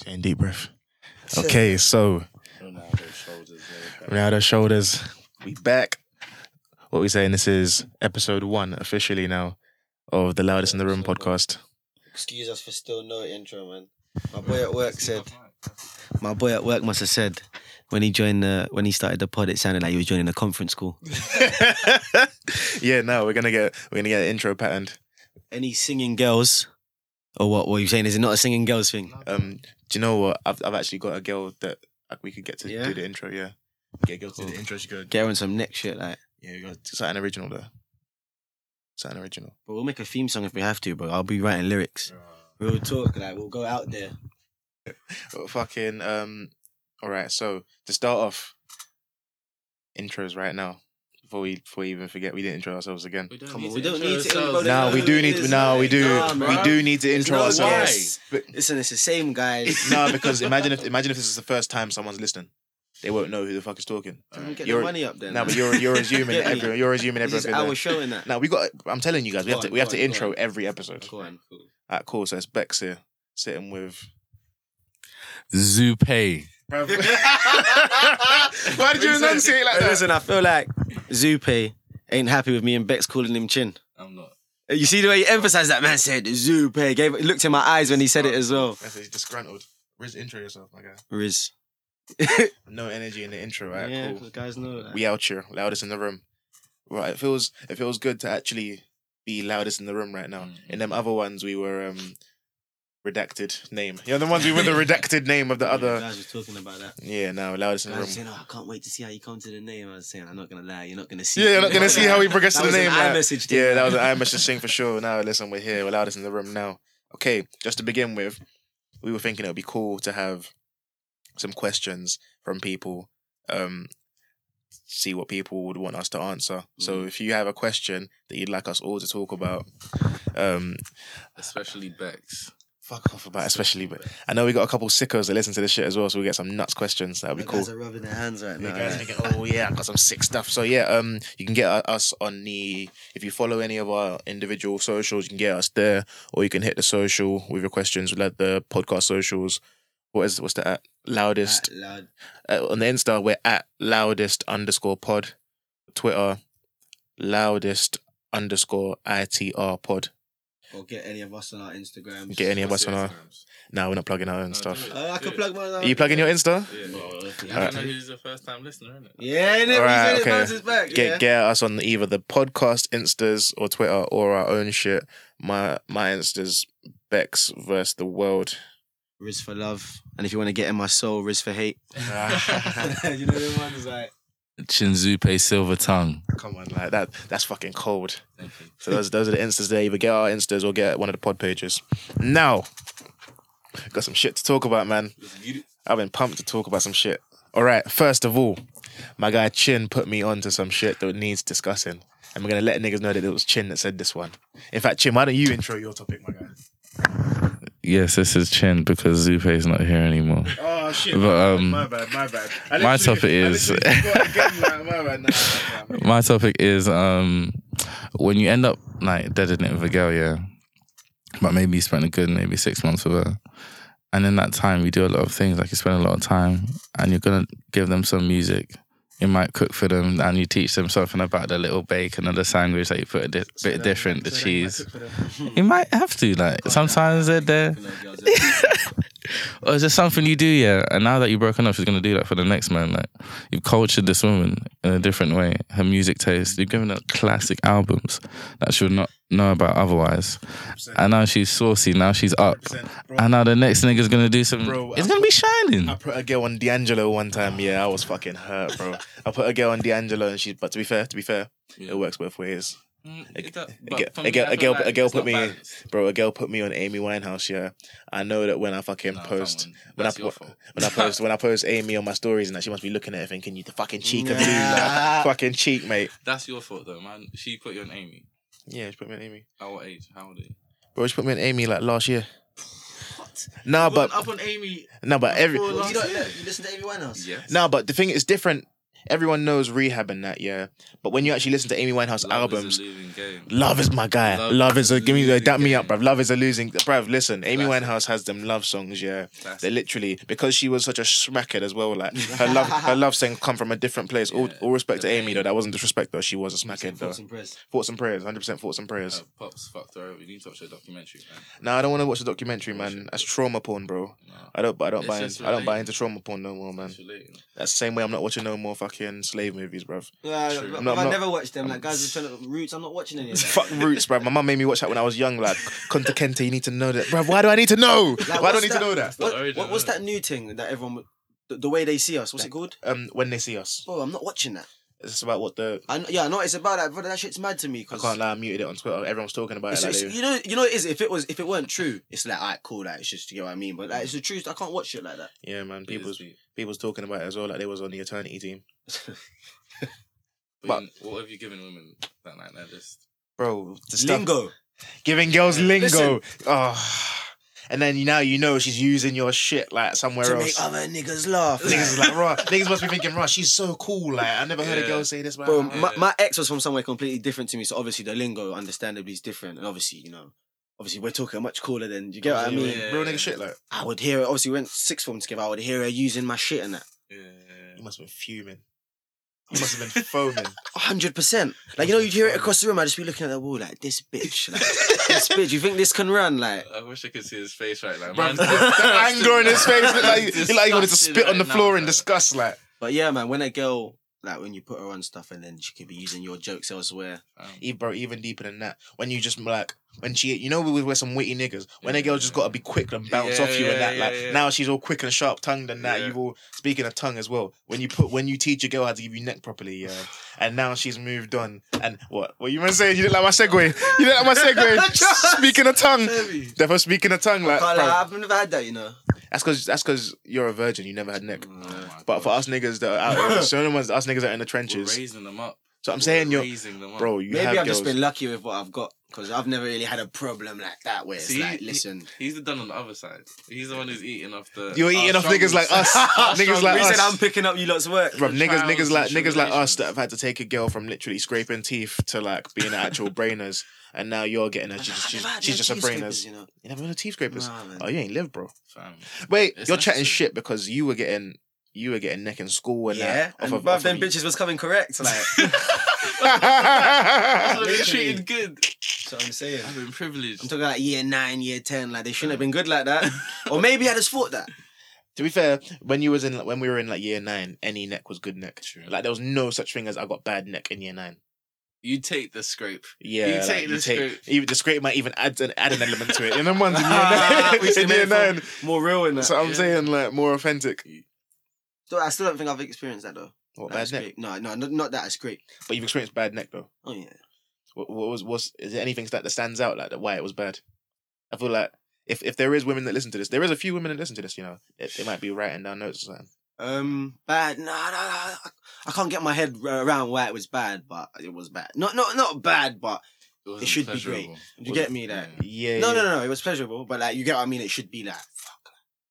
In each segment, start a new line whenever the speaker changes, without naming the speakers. Ten deep breath. Okay, so Ronaldo shoulders. We back. What we saying? This is episode one officially now of the Loudest in the Room podcast.
Excuse us for still no intro, man. My boy at work said. My boy at work must have said when he joined the when he started the pod, it sounded like he was joining a conference call.
yeah, no, we're gonna get we're gonna get an intro patterned.
Any singing girls, or what? What are you saying? Is it not a singing girls thing?
Um, do you know what? I've I've actually got a girl that like, we could get to
Yeah?
do the intro. Yeah, get a girl to do the
Cool.
intro. She go.
Get her on some neck shit, like.
Yeah, we got something original though. Something original.
But we'll make a theme song if we have to, bro. I'll be writing lyrics. We'll talk, like we'll go out there.
But fucking um all right, so to start off intros right now. Before we before we even forget we didn't intro ourselves again.
We don't
Come
need
on, we
to
don't
intro
need to.
ourselves.
No, we do need to no, we do
Nah,
we
bruh.
do need to intro
not
ourselves. But,
Listen, it's the same guys.
no, because imagine if imagine if this is the first time someone's listening. They won't know who the fuck is talking.
Can we get
You're-
the money up then.
No, but you're you're assuming
Get me.
everyone you're assuming
This is
everyone.
our show in that.
No, we got I'm telling you guys, we
Go
have to
on,
we have
go
to
on, go
intro
on.
every episode.
Go on.
Alright, cool. So it's Bex here sitting with
Zupe.
Why did you enunciate like that?
Listen, I feel like Zupe ain't happy with me and Bex calling him Chin. Uh,
I'm not.
You see the way he emphasized that man said Zupe. Gave looked in my eyes when he said it as well.
That's it, disgruntled. Riz, intro yourself, my guy.
Riz.
No energy in the intro, right?
yeah,
cool.
'cause guys know that.
We out here, loudest in the room. Right, it feels it feels good to actually be loudest in the room right now.
Mm.
In them other ones, we were um redacted name. Yeah, the ones we were the redacted name of the other. Um,
guys were talking about that.
Yeah, no, loudest in the
Guys were
room.
saying, "Oh, I can't wait to see how you come to the name." I was saying, "I'm not gonna lie, you're not gonna see."
Yeah, you're not gonna see how we progress
That
to the
was an
name. like-
iMessage thing,
yeah, that
man.
was an iMessage thing for sure. Now listen, we're here, we're loudest in the room now. Okay, just to begin with, we were thinking it would be cool to have some questions from people, um, see what people would want us to answer. So if you have a question that you'd like us all to talk about, um,
Especially Bex.
fuck off about it, especially. But I know we got a couple sickos that listen to this shit as well, so we will get some nuts questions. That'd be
The
cool.
Guys are rubbing their hands right
Yeah,
now.
guys
yeah.
thinking, oh yeah, I got some sick stuff. So yeah, um, you can get uh, us on the if you follow any of our individual socials, you can get us there, or you can hit the social with your questions, like the podcast socials. What is what's the at loudest
Out loud.
uh, on the Insta? We're at loudest underscore pod, Twitter loudest underscore itr pod.
Or get any of us on our Instagram.
Get any of us on our? No, we're not plugging our own stuff.
Uh, I can
Yeah.
plug mine.
Are you plugging your Insta?
Yeah.
All right.
I know he's a first time listener, isn't it?
Yeah, and it,
All right,
right,
okay.
it bounces back.
get
yeah.
get at us on either the podcast instas or Twitter or our own shit. My my instas Bex versus the world.
Riz for love, and if you want to get in my soul, Riz for hate. you know the ones like.
Chinzupe Silver Tongue.
Come on, like that that's fucking cold.
Thank you.
So those those are the instas there. Either get our instas or get one of the pod pages. Now, got some shit to talk about, man. I've been pumped to talk about some shit. All right, first of all, my guy Chin put me onto some shit that needs discussing. And we're gonna let niggas know that it was Chin that said this one. In fact, Chin, why don't you intro your topic, my guy?
Yes, this is Chin because Zupe is not here anymore.
Oh shit!
But,
my
um,
bad, my bad. I
my
literally-
topic
I
is-
literally forgot again, man. My bad, nah, nah, nah.
My topic is um when you end up like deading it with a girl, yeah. But maybe you spent a good maybe six months with her. And in that time you do a lot of things, like you spend a lot of time and you're gonna give them some music. You might cook for them and you teach them something about the little bacon or the sandwich that you put a di- bit different, the cheese. You might have to, like sometimes they're there. Or is there something you do, yeah? And now that you've broken up, she's gonna do that for the next man. Like you've cultured this woman in a different way. Her music taste, you've given her classic albums that she would not know about otherwise. And now she's saucy. Now she's up.
100%, bro.
And now the next nigga's gonna do some.
Bro,
it's
I-
gonna be
I
shining.
put a girl on D'Angelo one time. Yeah, I was fucking hurt, bro. I put a girl on D'Angelo, and she. But to be fair, to be fair, it works both ways,
Mm,
a girl- a girl- a girl- a girl put me- bro. A girl put me on Amy Winehouse. Yeah, I know that when I fucking post. When I,
That's your
po-
fault.
when I post when I post Amy on my stories and that she must be looking at it thinking you the fucking cheek of me,
Nah.
like, fucking cheek, mate.
That's your fault, though, man. She put you on Amy.
Yeah, she put me on Amy.
At what age? How old are you?
Bro, she put me on Amy like last year. Nah,
Went
but
up on Amy.
no, but every
Before
Well,
last
you, don't,
year.
you listen to everyone else.
Yes.
no, but the thing is different. everyone knows rehab and that, yeah. But when you actually listen to Amy Winehouse
Love is
albums,
a losing game.
Love is my guy. Love,
Love
is a
is a
give me
losing
dap me
game.
up, bruv. Love is a losing bruv. Listen, Amy
Classic.
Winehouse has them love songs, yeah.
Classic.
They literally because she was such a smackhead as well. Like her love, her love sang come from a different place. All,
Yeah.
all respect to
The
Amy
pain.
though. That wasn't disrespect though. She was a smackhead though.
Thoughts and prayers.
Thoughts and prayers, hundred percent thoughts and
Uh,
prayers.
Pops fucked her over. You need to watch the documentary, man.
No, I don't want to watch the documentary, man. That's trauma porn, bro.
No.
I don't, I don't
It's
buy,
just
in, I don't buy
relating.
into trauma porn no more, man.
It's relating.
That's the same way I'm not watching no more fucking slave movies, bruv.
Yeah,
True.
but-
I'm not-
but
I'm
I
not-
never watched them. Like guys are trying to roots. I'm not watching any of that.
Fuck roots, bruv. My mum made me watch that when I was young. Like, Conte Kente, you need to know that, bruv. Why do I need to know? why
Like,
do I
what's
need to know that?
What,
the origin,
what- what's
isn't
that new thing that everyone, would- the, the way they see us? What's it called?
Um, when they see us,
Bro, I'm not watching that.
it's about what the.
I kn- yeah, I know what it's about that, brother. That shit's mad to me
I
because
can't lie, I muted it on Twitter. Everyone's talking about it.
It's-
Like,
it's-
they-
you know, you know, what it is if it was if it weren't true, it's like, alright, cool, that it's just you know what I mean. But like, it's the truth. I can't watch shit like that.
yeah, man.
It is
People's
deep.
people's talking about it as well. Like they was on the eternity team,
But you- what have you given women that night? They're just
bro. The stuff
Lingo.
giving girls lingo.
Listen.
Oh, and then now you know she's using your shit like somewhere
To make
else.
other niggas laugh.
Niggas is like, right. Niggas must be thinking, right. She's so cool. Like I never heard a
Yeah.
girl say this. Bro,
Bro, my, my ex was from somewhere completely different to me, so obviously the lingo, understandably, is different. And obviously, you know, obviously we're talking much cooler than you get what I
Yeah,
mean.
yeah.
real nigga shit. Like
I would hear it. Obviously, we went sixth form together. I would hear her using my shit and that.
yeah.
you must have been fuming. You must have been foaming.
hundred percent. Like you know, you'd hear it across the room. I'd just be looking at the wall like this bitch, like this bitch. You think this can run? Like
I wish I could see his face right now.
Bruv,
Man's
the anger in his face, looked like, looked like he wanted to
disgusted
spit on the
right now,
floor in
bruv.
disgust. Like,
But yeah, man, when a girl like when you put her on stuff and then she could be using your jokes elsewhere.
um,
even, e, bro, even deeper than that. When you just like, when she, you know, we were some witty niggas. When a
Yeah.
girl just got to be quick and bounce
Yeah,
off you and
yeah,
that. Like,
yeah, yeah.
now she's all quick and sharp tongued and that.
Yeah.
You've all speaking of tongue as well. When you put, when you teach a girl how to give you neck properly, yeah. And now she's moved on. And what? What you meant saying? You didn't like my segue. You didn't like my segue. speaking of tongue. Therefore, speaking of tongue, like,
Can't
bro,
lie, I've never had that, you know.
that's because that's because you're a virgin. You never had neck.
Oh my
But for
gosh.
us niggas that are out, here, so the ones us niggas that are in the trenches.
We're raising them up.
So I'm
We're
saying you're,
raising them up.
bro. You
Maybe
have
I've
girls.
just been lucky with what I've got because I've never really had a problem like that. Where it's
See?
like, listen,
He's the done on the other side. He's the one who's eating off the.
You're eating
our
off niggas like us.
struggles.
niggas like
we said I'm
us.
picking up you lot's work.
Bro, niggas,
trials
niggas
and
like niggas like us
tribulations.
that have had to take a girl from literally scraping teeth to like being actual brainers, and now you're getting her.
I've
She's just,
never
she's,
had
she's
no
just a
teeth
brainers.
scrapers, you know.
You never been a teeth scrapers.
Nah, man.
Oh, you ain't lived, bro.
Fam.
Wait,
It's
you're chatting
necessary.
shit because you were getting you were getting neck in school and
yeah,
that. off
and
of-
bruv,
off
them
of-
bitches was coming correct. Like,
So
Literally.
they're treated good.
that's what I'm saying.
I've been
I'm
privileged.
talking like year nine, year ten. Like they shouldn't have been good like that.
Oh,
or maybe I just thought that.
To be fair, when you was in when we were in like year nine, any neck was good neck.
True.
Like there was no such thing as I got bad neck in year nine.
You take the scrape.
Yeah,
You
like,
take the scrape.
Even the scrape might even add an add an element to it. And then ones in year
Ah,
nine,
we should
in
make
year
it
nine.
More real in that.
So I'm
Yeah.
saying like more authentic.
So I still don't think I've experienced that though.
What
That
bad neck?
scrape. No, no, not- not that it's great.
But you've experienced bad neck though.
Oh yeah.
What, what was was is there anything that that stands out like that why it was bad? I feel like if if there is women that listen to this, there is a few women that listen to this. You know, they, they might be writing down notes or something.
Um, bad. No, no, no. I, I can't get my head r- around why it was bad, but it was bad. Not, not, not bad, but
wasn't
should be great.
pleasurable.
you get me that.
Yeah.
Yeah.
No,
yeah.
no, no, no. It was pleasurable, but like you get what I mean. It should be like.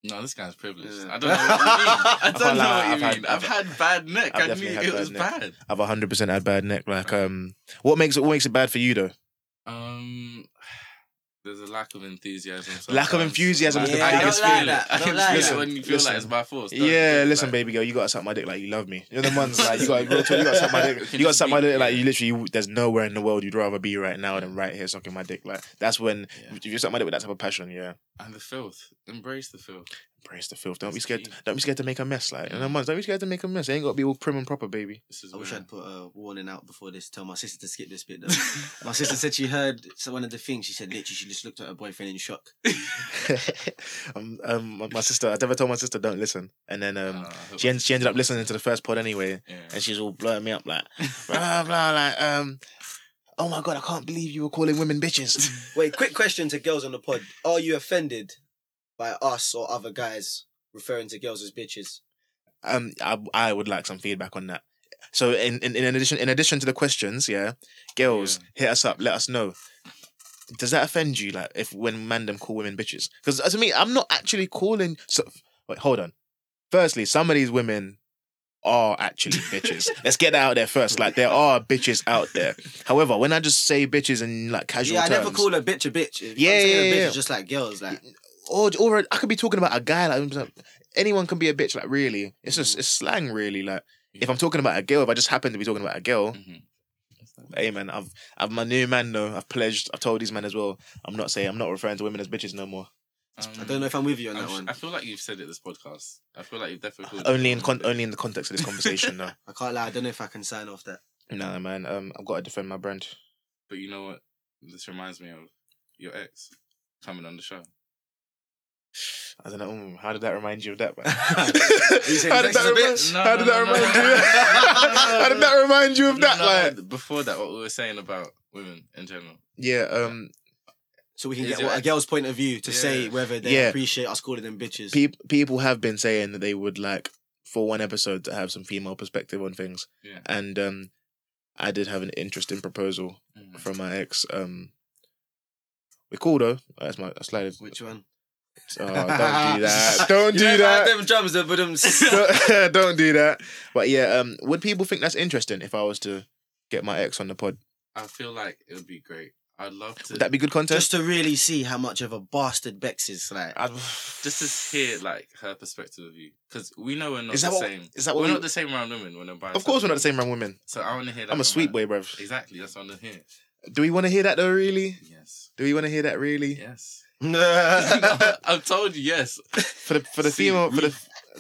No, this guy's privileged.
Yeah.
I don't know what you mean. I
can't
don't know
lie,
what you
I've had-
mean. I've, had bad neck.
I've
I knew
definitely had
it
bad
was
neck.
bad.
I've 100 percent had bad neck. Like, um, what makes it what makes it bad for you though?
Um, there's a lack of enthusiasm.
Lack of
sometimes.
enthusiasm
is the
I can
biggest
feel
feeling.
it. I
Don't
can
lie
feel
that.
it when you feel
Listen.
like it's by force. don't
yeah,
you?
listen,
Like,
baby girl, you gotta suck my dick like you love me. You're the ones like you gotta, you gotta suck my dick. You gotta suck my dick like you literally. There's nowhere in the world you'd rather be right now than right here sucking my dick. Like that's when
Yeah.
if you suck my dick with that type of passion, yeah.
And the filth. Embrace the filth.
Embrace the filth. Don't be
That's
scared.
key.
Don't be scared to make a mess. Like in
Mm.
the months, don't be scared to make a mess. It ain't gotta be all prim and proper, baby.
This is
I wish
where-
I'd put a warning out before this. Tell my sister to skip this bit. Though. my sister said she heard so- one of the things. She said literally, she just looked at her boyfriend in shock.
um, um, my- my sister, I never told my sister don't listen, and then um,
Uh, I hope-
she en- she ended up listening to the first pod anyway.
Yeah.
and she's all blowing me up like blah blah like um oh my god I can't believe you were calling women bitches
Wait, quick question to girls on the pod: Are you offended by us or other guys referring to girls as bitches?
um I, I would like some feedback on that so in, in in addition in addition to the questions yeah girls hit us up let us know does that offend you like if when mandem call women bitches uh, because to me I'm not actually calling so wait hold on firstly some of these women are actually bitches. Let's get that out there first. Like there are bitches out there. However, when I just say bitches in like casual
Yeah, I
terms,
never call a bitch a bitch. If
Yeah,
I'm saying
yeah,
a bitch
yeah.
It's just like girls, like
or or I could be talking about a guy like anyone can be a bitch like really it's
Mm.
just it's slang really like if I'm talking about a girl if I just happen to be talking about a girl
Mhm.
hey man I've I've my new man though I've pledged I've told these men as well I'm not saying I'm not referring to women as bitches no more
I don't know if I'm with you on
I'm
that
sh-
one.
I feel like you've said it this podcast. I feel like you've definitely called
only in
yourself
con-
a bitch.
only in the context of this conversation though
I can't lie. I don't know if I can sign off that.
no man um I've got to defend my brand
But you know what? This reminds me of your ex coming on the show.
I don't know mm, how did that remind you of that man
You saying
how did
sex is
that
a
remind
bitch?
No,
how
no,
did that
no, no,
remind
no.
you how did that remind you of
No,
that
no,
like
no, before that, what we were saying about women in general.
yeah um
So we can
Is
get
your
what, a
ex-
girl's point of view to
Yeah.
say whether they
Yeah.
appreciate us calling them bitches.
Peop people have been saying that they would like for one episode to have some female perspective on things
Yeah.
and um i did have an interesting proposal
Mm.
from my ex um we're cool though that's my that's like
Which one?
oh, don't do that don't do that
Them drums, them rhythms.
don't, don't do that but yeah um would people think that's interesting if i was to get my ex on the pod
I feel like it would be great. I'd love to
would that be good
Just
content
to really see how much of a bastard Bex is like.
I'd-
just to hear like her perspective of you because we know we're not
Is that
the
what-
same.
is that what
we're
we-
not the same around women when I'm buying.
of course we're
something.
not the same around women
So I want to hear that.
i'm a
from
sweet
her.
boy bruv
Exactly, that's what I want to hear.
do we want to hear that though really
Yes,
do we want to hear that really
yes.
yeah,
I've told you yes.
for the for the
See,
female for the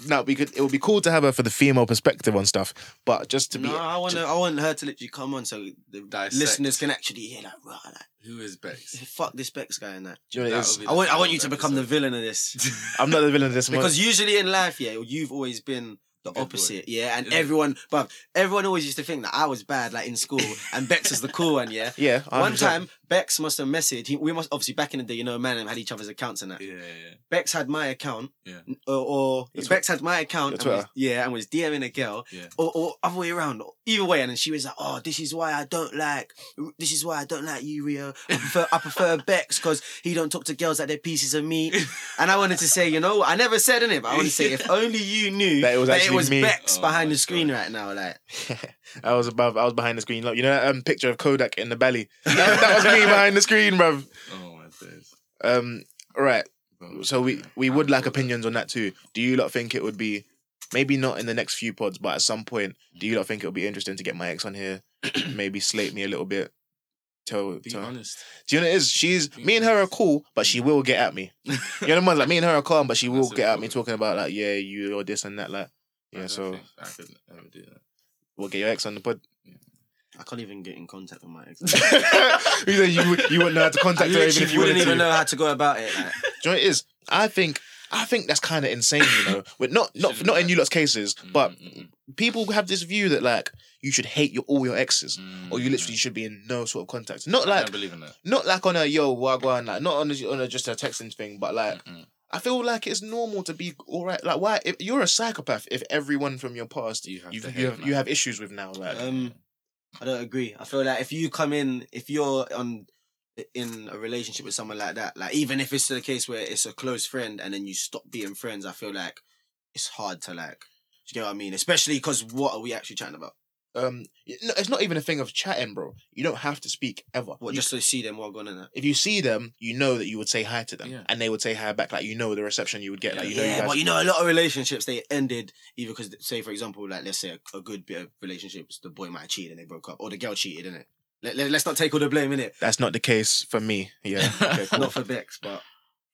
no, we could. It would be cool to have her for the female perspective on stuff, but just to be
no, I want to. I want her to literally come on so the
Dissect.
listeners can actually hear like, right, like,
Who is Bex?
fuck this Bex guy and that.
Do you know what it
That
is?
would be
I
the
want. I want
final
you to become the
episode.
villain of this.
I'm not the villain of this one.
Because usually in life, yeah, you've always been the
Good boy.
opposite, yeah. And
Yeah.
everyone, but everyone always used to think that I was bad, like in school, and Bex was the cool one, yeah.
yeah,
One
100%.
time, Bex must have messaged. He, we must obviously back in the day, you know, man, and had each other's accounts and that.
Yeah, yeah, yeah.
Bex had my account,
Yeah.
n- or, or
Your tw-
Bex had my account,
your
and was,
Twitter.
yeah, and was DMing a girl,
Yeah.
or, or other way around, or either way, and then she was like, "Oh, this is why I don't like, this is why I don't like you, Rio. I prefer, I prefer Bex because he don't talk to girls like they're pieces of meat." and I wanted to say, you know, what? I never said anything, but I want to say, if only you knew
That it was actually me.
Bex
Oh
behind
my
the screen
God.
right now, like
I was above. I was behind the screen. Look, you know that um, picture of Kodak in the belly. That, that was me behind the screen, bruv.
Oh my days. Oh
Um, all right.
Bro,
So we
yeah.
we
I
would like
feel that.
opinions on that too. Do you lot think it would be? Maybe not in the next few pods, but at some point, do you lot think it would be interesting to get my ex on here? maybe slate me a little bit. Tell,
Be
tell,
honest.
Do you know what it is? She's me and her are cool, but she will get at me. You know the ones like me and her are calm, but she will
That's
get at me
important.
talking about like, yeah, you or this and that, like,
I
yeah.
don't
So
think I could ever do that.
we'll get your ex on the pod.
I can't even get in contact with my ex.
you said you would- you wouldn't know how to
I
contact her even
literally
if you
wouldn't
wanted
even
to.
know how to go about it. Like.
Do you know what it is? I think I think that's kind of insane, you know. With not not
Shouldn't
not in
matter.
you lot's cases, but
Mm, mm,
people have this view that like you should hate your all your exes.
mm,
Or you
mm,
literally
mm.
should be in no sort of contact. Not
I
like,
don't believe in that.
not like on a yo wagwan, like not on a, on a just a texting thing, but like
Mm,
I feel like it's normal to be all right. Like, why? If you're a psychopath, if everyone from your past
You have
you've,
to
you
hate
have
now.
you have issues with now, like,
Um, I don't agree. I feel like if you come in, if you're on in a relationship with someone like that, like even if it's the case where it's a close friend and then you stop being friends, I feel like it's hard to like. Do you get what I mean? Especially because what are we actually chatting about?
um, no, it's not even a thing of chatting, bro. You don't have to speak ever.
What
You-
just to see them while gone in that?
if you see them, you know that you would say hi to them,
Yeah.
and they would say hi back. Like you know the reception you would get. Like you know
yeah,
you guys.
but you know, a lot of relationships they ended either because, say, for example, like let's say a, a good bit of relationships, the boy might have cheated and they broke up, or the girl cheated, innit? Let, let, let's not take all the blame, innit?
That's not the case for me. Yeah. Okay, cool.
not for Bex, but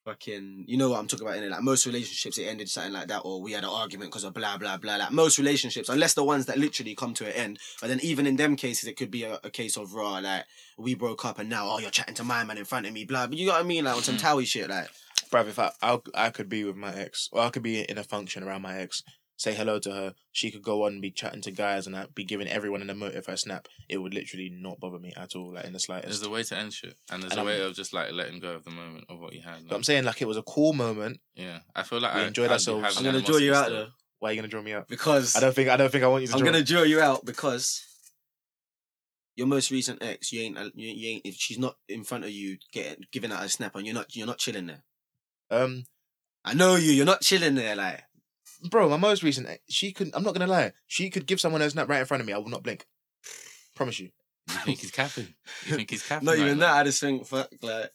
fucking, you know what I'm talking about, innit? Like most relationships, it ended something like that, or we had an argument because of blah blah blah. Like most relationships, unless the ones that literally come to an end. But then even in them cases, it could be a, a case of raw, like we broke up and now, oh, you're chatting to my man in front of me, blah. But you know what I mean, like on some towie shit, like
Bruv, if I, I I could be with my ex, or I could be in a function around my ex, say hello to her, she could go on and be chatting to guys, and I'd be giving everyone an emote if I snap. It would literally not bother me at all, like in the
There's
slightest.
a way to end shit, and there's
And
a
I'm-
way of just like letting go of the moment of what you had.
But I'm
like,
saying like it was a cool moment.
yeah, I feel like
we
I
enjoyed
I do
ourselves.
have
I'm
I'm
an
gonna draw you
animosity
out
still.
though
Why are you gonna draw me up?
because
I don't think I don't think I want you to.
I'm
draw.
gonna draw you out because your most recent ex, you ain't, uh, you, you ain't. If she's not in front of you, getting giving out a snap, and you're not, you're not chilling there.
Um,
I know you. You're not chilling there, like.
bro, my most recent, eh, she could. I'm not gonna lie. She could give someone her snap right in front of me. I will not blink. Promise you.
You think he's capping? You think he's capping?
Not
right
even
now?
that. I just think, fuck, like,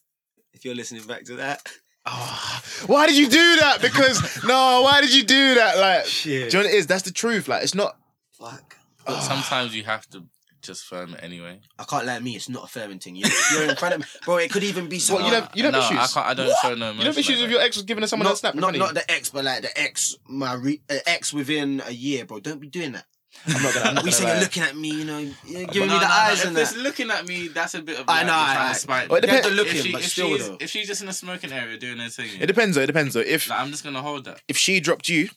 if you're listening back to that,
Oh,
Ah.
why did you do that? Because no, why did you do that? Like,
shit,
do you know what it is? That's the truth. Like, it's not.
fuck.
But sometimes you have to just firm it anyway.
I can't lie, me. It's not a firming thing. You, you're in front of me, bro. It could even be
What,
someone.
you don't- you don't
no,
have
I
issues?
can't. I don't show no emotion.
You know, issues
like
if
that.
your ex was giving her someone
not,
her snap. in
not,
front of you?
not the ex, but like the ex, my re, uh, ex within a year, bro. Don't be doing that.
I'm not gonna. I'm not
We
gonna
say
lie.
you're looking at me, you know, you're giving
No,
me the
no, no,
eyes
if
and
it's
that.
looking at me, that's a bit of.
I
like,
know,
you're trying
I-
to spite.
Well, it
You have to
depends-
look
if,
him,
she,
but
if,
still,
she's,
though.
if she's just in a smoking area doing her thing,
It
like,
depends though. It depends though. If
I'm just gonna hold that.
if she dropped you,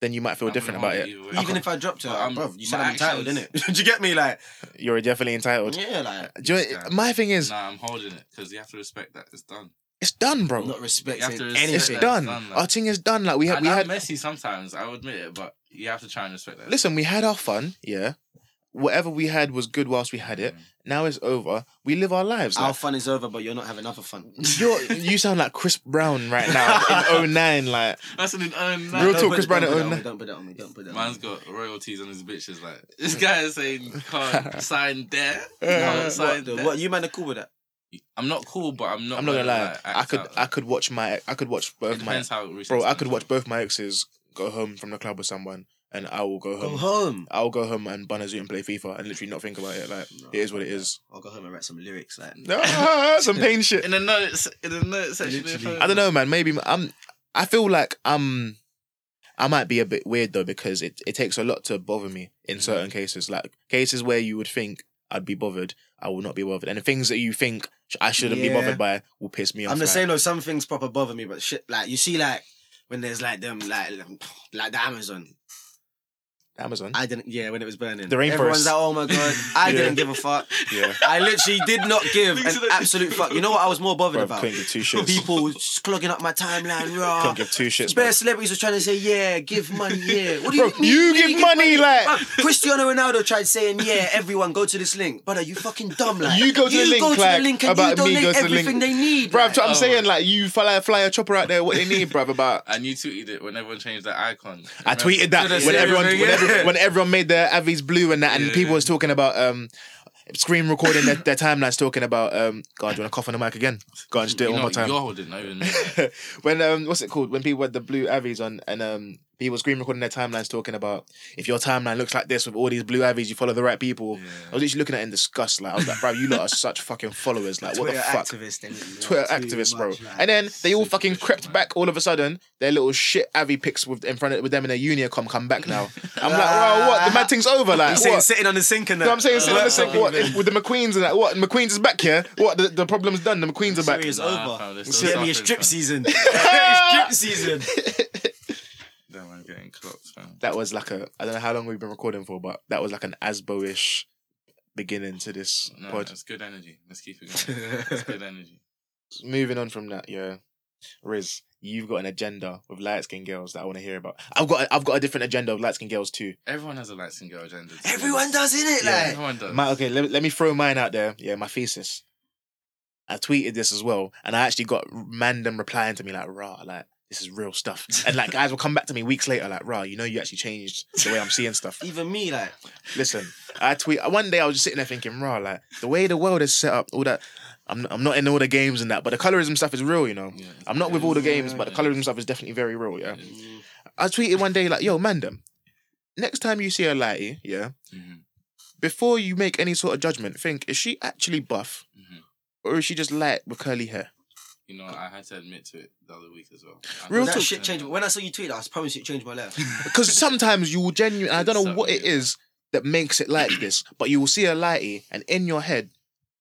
then you might feel
I'm
different
gonna
about
hold
it.
either way.
Even if I dropped her,
But, um,
bro, you said
my
I'm entitled,
actions-
innit? Do you get me? Like,
You're definitely entitled.
yeah, like,
Do you know,
Yeah.
my thing is,
Nah, I'm holding it because you have to respect that it's done.
it's done, bro.
I'm not
You have to
respecting
respect
it's
that
anything.
done.
done, like-
Our thing is done. Like we had,
And
we
I'm
had.
messy sometimes. I will admit it, but you have to try and respect that.
Listen, we had our fun. Yeah, whatever we had was good whilst we had it. Now it's over. We live our lives.
Our
Like,
fun is over, but you're not having other fun.
you're, you sound like Chris Brown right now in 09. Like
That's an own.
Real
Don't
talk,
put-
Chris Brown
Don't put
at
that on
own-
me, don't put that on me. Don't put that on
Man's
me.
got royalties on his bitches. Like this guy is saying, can't sign there.
Yeah.
Can't sign
What, the-
there.
what you man are cool with that?
I'm not cool, but I'm not.
I'm not gonna lie.
like,
I
act
could
out.
I could watch my I could watch
It
both my
depends how recent.
bro. I
it's
could
been.
watch both my exes go home from the club with someone, and I will go
Go
home.
home.
I'll go home and bun a zoo and play FIFA and literally not think about it. Like
No.
it is what it is.
I'll Oh, go home and write some lyrics. Like,
Ah, some pain shit.
in the notes. In the notes section.
Literally.
if
I don't know, man. Maybe I'm. I feel like um, I might be a bit weird though because it, it takes a lot to bother me in
Mm.
certain cases. Like cases where you would think I'd be bothered, I will not be bothered, and the things that you think sh- I shouldn't be
Yeah.
bothered by will piss me off.
I'm the
like,
same though. Some things proper bother me, but shit, like you see, like when there's like them, like like the Amazon.
Amazon.
I didn't, yeah, when it was burning.
The rainforest.
Everyone's like, oh my god, I
Yeah.
didn't give a fuck.
yeah,
I literally did not give
These
an
are the-
absolute fuck. You know what I was more bothered
bro,
about?
couldn't give two shits.
People was clogging up my timeline.
couldn't
Rah.
give two shits, bro.
Bare celebrities were trying to say, yeah, give money, yeah. What do
Bro,
you mean?
you give money like.
Uh, Cristiano Ronaldo tried saying, "Yeah, everyone go to this link." Brother, you fucking dumb. Like
You go to the link,
go to
like,
the link and
about
you
me
donate
go to the
everything
link.
they need.
Bro, I'm,
like.
try- I'm
Oh.
saying like you fly, fly a chopper out there. What they need, bruv? About
And you tweeted it when everyone changed that icon.
I tweeted that
Did I
when
say
everyone
anything?
when,
Yeah.
every, when everyone made their avies blue and that, and
Yeah.
people was talking about um screen recording their, their timelines, talking about um God, you want to cough on the mic again? Go on, just do it
You
one
know,
more time.
You're holding, not even me.
when um what's it called? When people had the blue avies on and um people screen recording their timelines, talking about if your timeline looks like this with all these blue avies, you follow the right people. I was literally looking at it in disgust. Like I was like, bro, you lot are such fucking followers. Like what the fuck? Twitter activists, bro. And then they all fucking
Superficial,
crept
man.
back all of a sudden. Their little shit Avi pics with in front of with them in their unicom come back now. I'm like, wow, what? The mad thing's over, like
He's
what?
saying sitting on the sink and that.
you know what I'm saying, so
Uh,
listen,
uh,
what with the McQueens and that? What McQueens is back here? What the, the problem's done? The McQueens are back.
Series
Nah,
over.
fam, they're
You
still
get me? It's
suffering,
drip
fam.
season. it's drip season.
Damn, I'm getting clocked, man.
That was like a I don't know how long we've been recording for, but that was like an Asbo-ish beginning to this
No,
pod.
it's good energy. Let's keep it going. It's good energy.
Moving on from that, yeah, Riz, you've got an agenda with light skinned girls that I want to hear about. I've got a, I've got a different agenda of light skinned girls too.
Everyone has a light skin girl agenda. to be
Everyone
honest.
does, innit?
Yeah.
Like,
Everyone does.
My, okay, let, let me throw mine out there. Yeah, my thesis. I tweeted this as well, and I actually got random replying to me like, "Rah, like this is real stuff." And like guys will come back to me weeks later like, "Rah, you know you actually changed the way I'm seeing stuff."
even me, like,
Listen, I tweet. One day I was just sitting there thinking, "Rah, like the way the world is set up, all that." I'm I'm not in all the games and that, but the colorism stuff is real, you know.
Yeah.
I'm not with all the games,
Yeah,
but the colorism stuff is definitely very real. Yeah,
Yeah.
I tweeted one day like, "Yo, Mandem, next time you see a lighty, yeah,
Mhm.
before you make any sort of judgment, think is she actually buff
Mhm.
or is she just light with curly hair?
You know, I had to admit to it the other week as well. I
Real
had
that
to-
talk.
shit changed. When I saw you tweet, that, I promise you it changed my life.
Because sometimes you will genuinely, I don't know
So
what it
weird.
is that makes it like this, but you will see a lighty and in your head,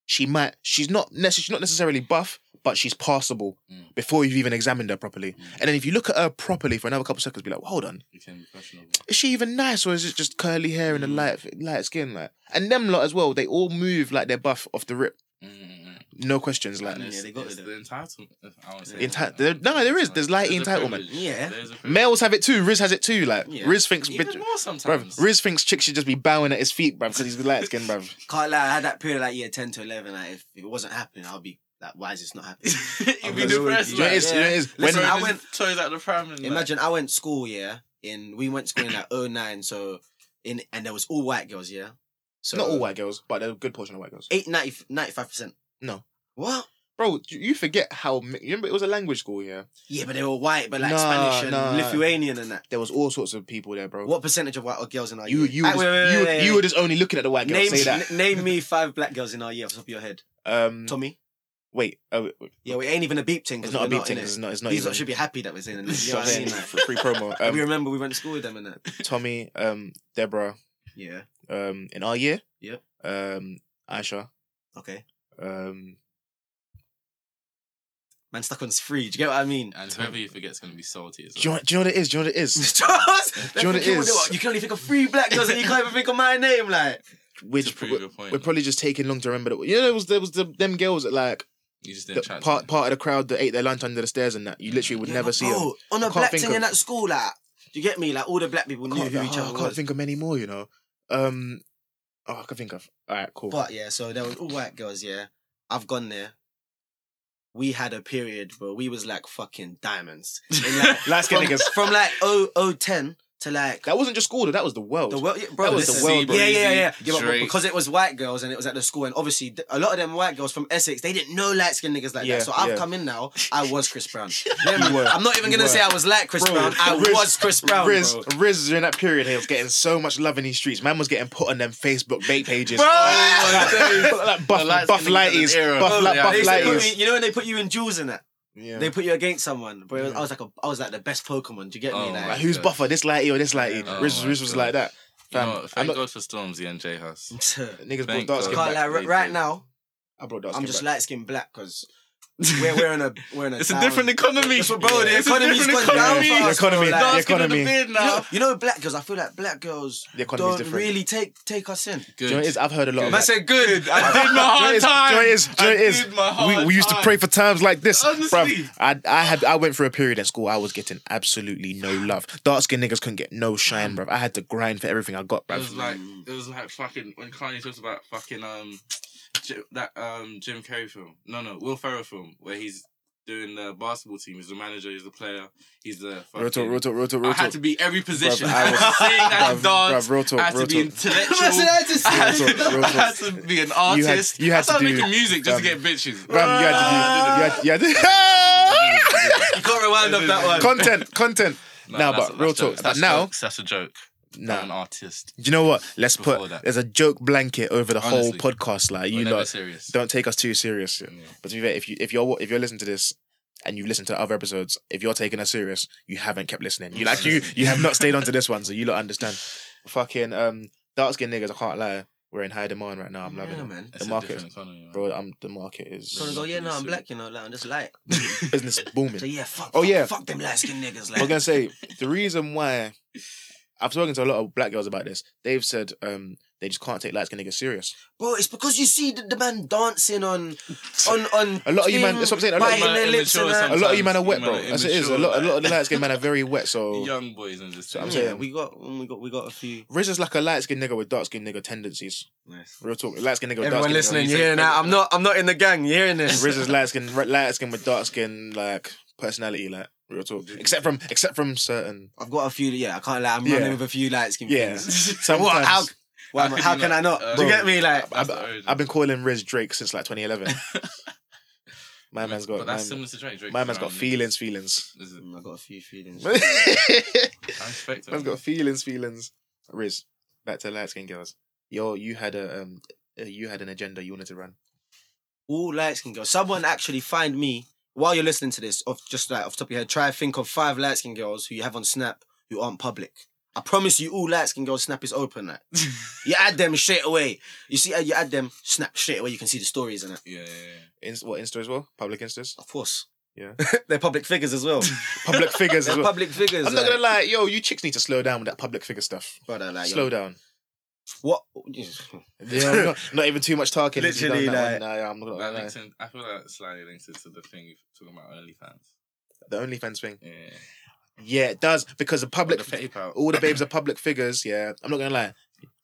she might, she's not, necess- she's not necessarily buff, but she's passable
Mm.
before you've even examined her properly.
Mm.
And then if you look at her properly for another couple of seconds, be like, well, hold on,
You can be questionable.
is she even nice or is it just curly hair and a
Mm.
light, light skin? Like, and them lot as well, they all move like they're buff off the rip,
Mm-hmm.
no questions. Like,
And it's,
Yeah, they got
it's
it.
the entitlement. I won't say
Enti-
entitlement.
there- no, there is. There's light
a
entitlement.
privilege.
Yeah.
There's a privilege.
Males have it too. Riz has it too. Like
Yeah.
Riz thinks,
Even
bitch,
more
bruv,
sometimes.
Riz thinks chicks should just be bowing at his feet, bruv, because he's light skinned, bruv.
Can't lie, I had that period like year 10 to 11. Like, if it wasn't happening, I'll be like, why is this not happening?
You'd be
Do
depressed.
you know what it
like,
is? Do you know what it is?
Listen,
when
I
I went
went-
toys out the pram. And, like,
Imagine I went school, yeah, in we went to school in like 09, so in and there was all white girls, yeah. So
Not all white girls, but a good portion of white girls.
Eight ninety ninety-five percent.
No.
What?
Bro, you- you forget how mi- you remember it was a language school, yeah.
Yeah, but they were white, but like
Nah,
Spanish and
nah.
Lithuanian and that.
There was all sorts of people there, bro.
What percentage of white girls in our
You
year?
you
Ah,
was-
wait, wait, wait,
you
wait,
you
wait.
were just only looking at the white girls.
Name,
Say that.
n- name me five black girls in our year off the top of your head.
Um,
Tommy?
wait, oh, wait, wait.
Yeah, we ain't even a beep ting. 'cause
it's not
we're
a beep thing.
innit?
It's not. It's not.
These
even,
lot should be happy that we're saying this.
You
You know
know what I'm
what I mean?
saying? Free promo.
Like, we
Um,
remember we went to school with them and that.
Tommy, um, Deborah,
Yeah.
um, in our year,
Yeah.
um, Aisha,
Okay.
um,
Man stuck on three. Do you get what I mean?
And whoever you forget's gonna be salty as
do you,
well.
know, do you know what it is? Do you know what it is?
Charles,
you know what it
thinking,
is?
"Well, You can only think of three black girls and you can't even think of my name. Like,
We're,
to
just-
prove
we're-
your point,
we're probably just taking long to remember. That. You know, there was there was the, them girls that like
you just
the,
didn't chat.
part part of the crowd that ate their lunch under the stairs and that. You literally would
Yeah, oh,
never
but
see
bro,
them.
On a
can't
black
think
thing in
of-
that school, like, do you get me? Like, all the black people
I
knew
can't,
who each
oh, I
other
can't
was.
think of many more. You know, um, oh, I can think of. All right, cool.
But yeah, so there was all white girls, yeah. I've gone there. We had a period where we was like fucking diamonds. In, like,
Last
from, from like 0010 to like
That wasn't just school. though, That was the world.
The world, yeah, bro.
That was
this
the
is-
world, bro.
Yeah, yeah, yeah.
Easy,
yeah but- but
Drake.
because it was white girls and it was at the school, and obviously th- a lot of them white girls from Essex, they didn't know light skinned niggas like
Yeah,
that. So I've
yeah.
come in now. I was Chris Brown. Let
You
me-
were.
I'm not even
You
gonna
were.
say I was like Chris
Bro,
Brown. I
Riz-
was Chris Brown,
Riz,
bro.
Riz during that period, he was getting so much love in these streets. Man was getting put on them Facebook bait pages.
Bro!
like buff,
The lights
buff
in the middle of
lighties,
the era.
buff,
Bro,
li-
yeah,
buff
They used to put me-
lighties.
you know when they put you in jewels in that?
Yeah.
They put you against someone. But it was-
Yeah.
I was like a, I was like the best Pokemon. Do you get me?
Oh,
Like,
Like, who's buffer? This lighty or this lighty?
Yeah,
Riz,
oh
Riz
my
was
God.
like that.
You know
Fam,
what,
I'm
thank
not,
God for Stormzy and J Hus.
niggas brought dark
thank God.
skin back.
can't lie.
these
Right, right
days.
now,
I brought dark
I'm
skin
just
back.
light skinned black because we're we're in a we're in a.
It's a
down-
different economy,
But bro, the
It's a
economy's
different
gone down
economy.
for
The
us, bro,
economy,
like-
the
Dark skin in
economy.
the beard
You know,
now.
you know, black girls. I feel like black girls
The economy's
don't
different.
really take take us in.
Do you know what it is? I've heard a lot of
Man
that.
said good.
I
Do
did my
you know what it
hard
is? Do you know
time.
what it is? Do you know what it
I
is?
did my
We,
hard
we used to
time.
pray for times like this,
Oh, Honestly.
bruv. I I had I went through a period at school. I was getting absolutely no love. Dark skinned niggas couldn't get no shine, bruv. I had to grind for everything I got,
It
bruv.
was like it was like fucking when Kanye talks about fucking um Jim, that um Jim Carrey film. No, no, Will Ferrell film where he's doing the basketball team. He's the manager. He's the player. He's the fucking.
Real talk, real talk, real talk,
I
real
had
talk.
to be every position.
Bruv, I
I had to
was-
sing. I had to
Bruv,
dance.
bruv, real talk,
I had
real
to be
talk.
intellectual.
Man said I had to
I had
Real
to,
talk, real
I had to be an artist.
you had
I started
to do-
making music just to
um,
get bitches.
Bruv, you had to do. You had, you had to,
You can't rewind up that one.
content, content.
No,
now,
that's-
but real
that's
talk.
jokes.
But
That's
now,
jokes. that's a joke. I'm an
nah.
artist.
You know what? Let's
Before
put.
that.
There's a joke blanket over the
Honestly.
whole podcast. Like
We're
you
never
lot,
serious.
don't take us too serious.
Yeah.
But to be fair, if you if you're wa- if you're listening to this and you've listened to other episodes, if you're taking us serious, you haven't kept listening. You like you you have not stayed on to this one, so you lot understand. Fucking um, dark skinned niggas, I can't lie, we're in high demand right now. I'm loving
yeah,
it,
man.
It's a
market-
different economy, man.
bro. I'm the market is
So I go, yeah, no, I'm black, you know, like I'm just light.
business is
So
booming.
yeah, fuck.
Oh,
fuck-
yeah.
fuck them light skinned niggas.
I was
Like,
gonna say the reason why I've spoken to a lot of black girls about this. They've said um they just can't take light skinned niggas serious.
bro, it's because you see the, the man dancing on, on, on.
A lot of you man-
thing,
that's what I'm saying, a lot of
biting
you
man
their lips
immature
and that.
A lot of you
Sometimes
man are
you
wet,
man
bro.
are
As it is, a lot
immature,
a
like-
lot of the light skinned men are very wet. So
young boys and just.
I'm
Yeah,
saying.
we got, we got, we got a few.
Riz is like a light skinned nigga with dark skinned nigga tendencies. Real talk. Light skinned nigga with dark
Everyone
skin.
listening,
nigga.
you're hearing that. I'm not, I'm not in the gang. You're hearing this.
Riz is light skin, light skin with dark skin, like personality, like real talk. Except from, except from certain.
I've got a few. Yeah, I can't lie. I'm
Yeah.
running with a few light skinned
Yeah.
things.
So
What? How? why am I-
could
How
you
can
not-
I not?
Uh,
Do you
bro.
get me? Like,
I've,
That's the origin.
I've been calling Riz Drake since like 2011. my man's got,
But that's
my,
similar to Drake. Drake
my
is
man's got
around
feelings, feelings.
niggas. Is it-
Mm, I got a few feelings.
man's
I respect it.
got feelings, feelings. Riz, back to light skin girls. Yo, you had a, um, uh, you had an agenda you wanted to run.
all lights can go. Someone actually find me while you're listening to this, off just like off the top of your head, try and think of five light skin girls who you have on Snap who aren't public. I promise you, all light skin girls Snap is open. Like. you add them straight away. You see, how you add them Snap straight away. You can see the stories in it.
Yeah, yeah, yeah.
Inst- what Insta as well? Public Instas,
Of course.
Yeah.
they're public figures as well.
public figures as
They're
well.
public figures.
I'm not gonna lie, yo, you chicks need to slow down with that public figure stuff.
Brother, like,
slow
uh, yo,
down.
What?
Yeah, not, not even too much talking. If you've
Literally,
done that
like-
one, nah, yeah, I'm not gonna
That
lie.
links in, I feel like that slightly links into the thing you're talking about OnlyFans.
The OnlyFans thing.
Yeah, yeah.
Yeah, it does because the public,
Or the PayPal.
all the babes are public figures. Yeah, I'm not gonna lie.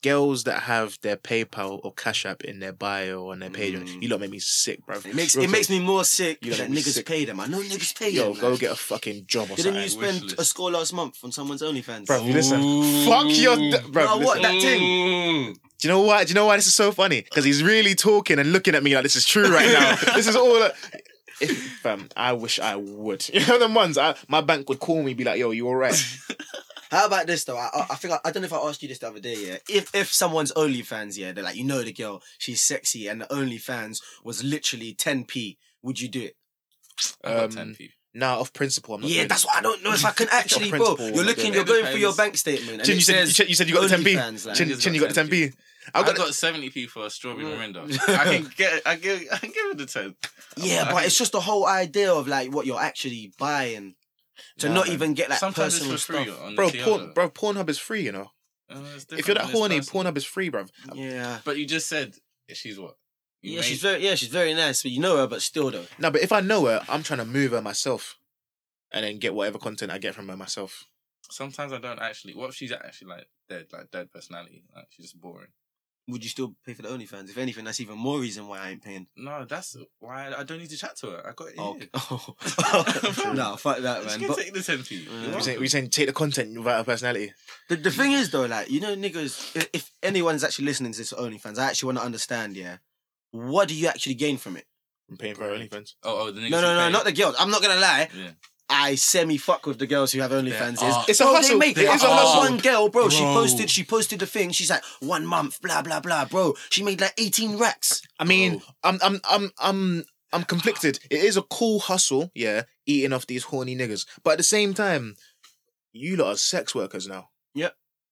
girls that have their PayPal or Cash App in their bio or on their page,
Mm.
you lot make me sick, bro.
It makes it makes me more sick
You know,
that
it makes
niggas
sick.
pay them. I know niggas pay
Yo,
them.
go
man.
get a fucking job or
Didn't
something.
you spend
wishlist.
a score last month on someone's OnlyFans?
Bro, listen. Fuck your. D- bro,
Bro,
listen.
what that thing?
Do you know why? Do you know why this is so funny? Because he's really talking and looking at me like this is true right now. this is all. a- If, fam, I wish I would. You know the ones. I, my bank would call me, be like, "Yo, you all right?"
How about this though? I, I- I think I, I don't know if I asked you this the other day. Yeah, if if someone's OnlyFans, yeah, they're like, you know, the girl, she's sexy, and the OnlyFans was literally 10p. Would you do it?
I got
Um,
10 people.
nah, off principle, I'm not.
Yeah,
doing
that's
it.
what I don't know if I can actually, bro.
principle,
You're
I'm
looking,
doing
you're
it.
going for your
Depends.
bank statement. And
Chin,
it
you said,
says
you, said, you said you got the 10p.
OnlyFans, like,
Chin,
Niggas
Chin, you got
got
the 10p.
I
I
got,
got.
seventy p for a strawberry
Mm.
Miranda. I can get. I give. I give it a ten.
Yeah, but it's just the whole idea of like what you're actually buying to
Nah,
not
man.
even get that
Sometimes it's
personal
for free
stuff.
on the
Bro,
Toyota.
porn, bro, Pornhub is free, you know.
Uh, it's different
If you're that
on this
horny,
person.
Pornhub is free, bro.
Yeah.
But you just said she's what? You
Yeah,
made-
she's very yeah, she's very nice, but you know her, but still though.
No, but if I know her, I'm trying to move her myself, and then get whatever content I get from her myself.
Sometimes I don't actually. What if she's actually like dead, like dead personality? Like she's just boring.
Would you still pay for the OnlyFans? If anything, that's even more reason why I ain't paying.
No, that's why I don't need to chat to her. I got it.
Oh,
here.
no, fuck that,
Just
man.
can
But Mm.
take the ten p.
Yeah.
We're saying, we're saying take the content without her personality.
the, the thing is though, like you know, niggas. i- If anyone's actually listening to this OnlyFans, I actually want to understand. Yeah, what do you actually gain from it?
I'm paying for her OnlyFans.
Oh, oh, the niggas
No, no,
who
no,
pay-
not the girls. I'm not gonna lie.
Yeah.
I semi fuck with the girls who have OnlyFans.
They are-
It's a
bro,
hustle.
They make,
They
I
are-
saw
Oh,
one girl, bro, She
bro.
posted. She posted the thing. She's like one month, blah blah blah, bro. She made like 18 racks.
I mean,
Oh.
I'm, I'm, I'm, I'm, I'm conflicted. It is a cool hustle, yeah, eating off these horny niggas. But at the same time, you lot are sex workers now.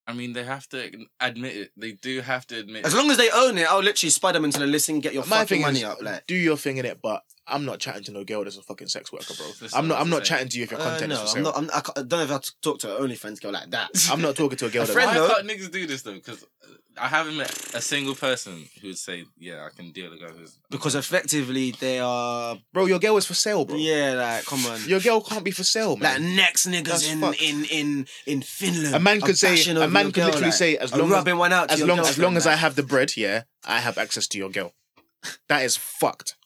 I mean, they have to admit it. They do have to admit.
As
it.
long as they own it, I'll literally spider them to the list and get your
My
fucking
thing
money
is,
up. Like,
do your thing in it, but I'm not chatting to no girl that's a fucking sex worker, bro.
That's
I'm
not
not, I'm
the
not
same.
chatting to you if your
uh,
content
no,
is for
I'm
sale.
not, I'm, I ca- I don't know if I talk to an OnlyFans girl like that.
I'm not talking to a girl.
A
that
friend-
Why
though.
can't niggas do this though? Because I haven't met a single person who would say, "Yeah, I can deal with a guy who's."
because effectively they are,
bro, your girl is for sale, bro.
yeah, like come on,
Your girl can't be for sale,
like
man.
next niggas
That's
in,
fucked.
in in in Finland.
a man
are
could say,
bashing
a
over
man
your
could
girl,
literally
like,
say, as
are
long as,
rubbing one out, to
as
your
long as long
girlfriend,
as I
like.
have the bread, yeah, I have access to your girl. That is fucked.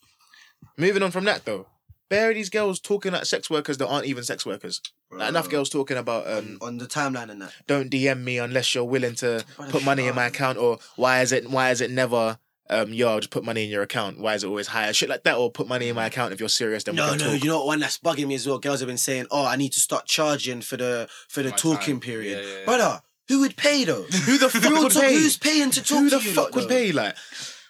Moving on from that though, bear these girls talking like sex workers that aren't even sex workers. Like, enough
Bro,
girls talking about
on,
um,
on the timeline and that.
don't DM me unless you're willing to
Brother,
put money in
shut
my
up.
account or why is it why is it never um yo I'll just put money in your account why is it always higher shit like that or put money in my account if you're serious then
No,
we can
no,
talk.
you know what one that's bugging me as well. Girls have been saying, "Oh, I need to start charging for the for the
My
talking
time.
period."
Yeah, yeah, yeah.
uh,
Brother, who would pay though?
who the fuck
Real
would
talk,
pay?
who's paying to talk
Who
to
the
you
fuck
lot,
would
though?
pay? Like,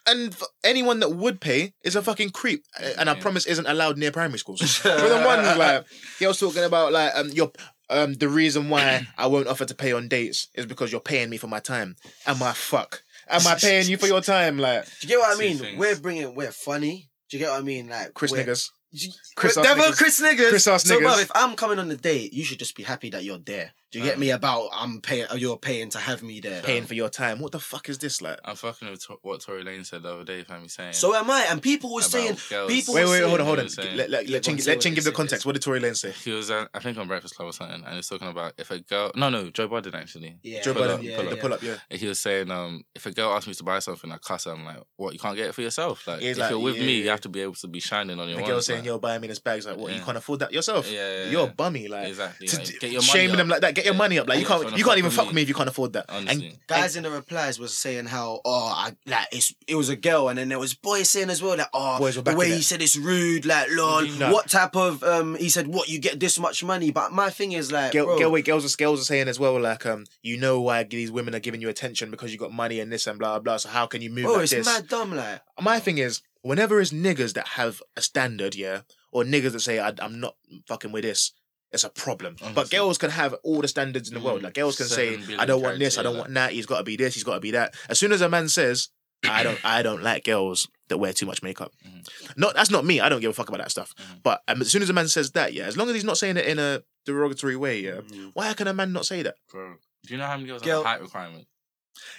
and f- anyone that would pay is a fucking creep, and I
Yeah.
promise isn't allowed near primary schools. For the ones like girls talking about like um your um the reason why I won't offer to pay on dates is because you're paying me for my time. Am I fuck? Am I paying you for your time? Like
Do you get what I
Two
mean?
things.
We're bringing, we're funny. Do you get what I mean? Like
Chris
we're,
niggas,
You-
Chris
we're-
ass
they're both
niggas.
Chris niggas.
Chris ass
so,
niggas.
bruv, if I'm coming on the date, you should just be happy that you're there. Do you get
Um,
me? About I'm paying, you're paying to have me there.
paying for your time. What the fuck is this like?
I'm fucking with to- what Tory Lane said the other day. If I'm saying.
So am I? And people were
about
saying,
girls.
people
Wait,
were
wait,
saying-
hold on, hold
They
on.
were saying-
Let, let,
Yeah,
let, Ching,
go on, say
let
what
Ching give
they
the context. What did Tory Lane say?
He was, uh, I think, on Breakfast Club or something, and he was talking about if a girl, no, no, Joe Budden actually.
Yeah,
Joe
Pull
Biden,
up,
yeah,
pull
the
up.
pull up, yeah.
He was saying, um, if a girl asks me to buy something, I cuss her. I'm like, what? You can't get it for yourself. Like,
He's
if
like,
you're with
yeah,
me,
yeah.
you have to be able to be shining on your.
The
own,
girl saying,
like,
"Yo, buy me this bag's like, what? You
Yeah.
can't afford that yourself.
Yeah, yeah,
You're a
yeah.
bummy, like."
Exactly.
to
like,
d-
get your money
shaming
up.
them like that. Get your
Yeah.
money up. Like you
Yeah,
can't
tryna
you can't even
with
fuck
me.
me if you can't afford that.
Honestly.
And
Guys in the replies was saying how oh I, like it's it was a girl and then there was boys saying as well that oh
Boys were
the
back
way
in
he
it.
said it's rude like lol
No.
what type of um he said what you get this much money but my thing is like
girl,
bro,
girl, wait, girls with scales are saying as well, like, um, you know why these women are giving you attention because you got money and this and blah blah. So how can you move
bro
like
it's
this?
mad dumb like
My thing is, whenever it's niggas that have a standard, yeah, or niggas that say I, I'm not fucking with this, it's a problem. But
Mm-hmm.
Honestly.
girls can have all the standards in the world.
Mm,
Like girls can say,
seven billion
I don't want this, I
character,
don't
yeah,
want that. He's got to be this, he's got to be that. As soon as a man says, I don't, I don't like girls that wear too much makeup.
Mm-hmm.
Not that's not me. I don't give a fuck about that stuff.
Mhm.
But um, as soon as a man says that, yeah, as long as he's not saying it in a derogatory way, yeah.
Mm.
Why can a man not say that?
Bro, do you know how many girls
Girl-
have a height requirement?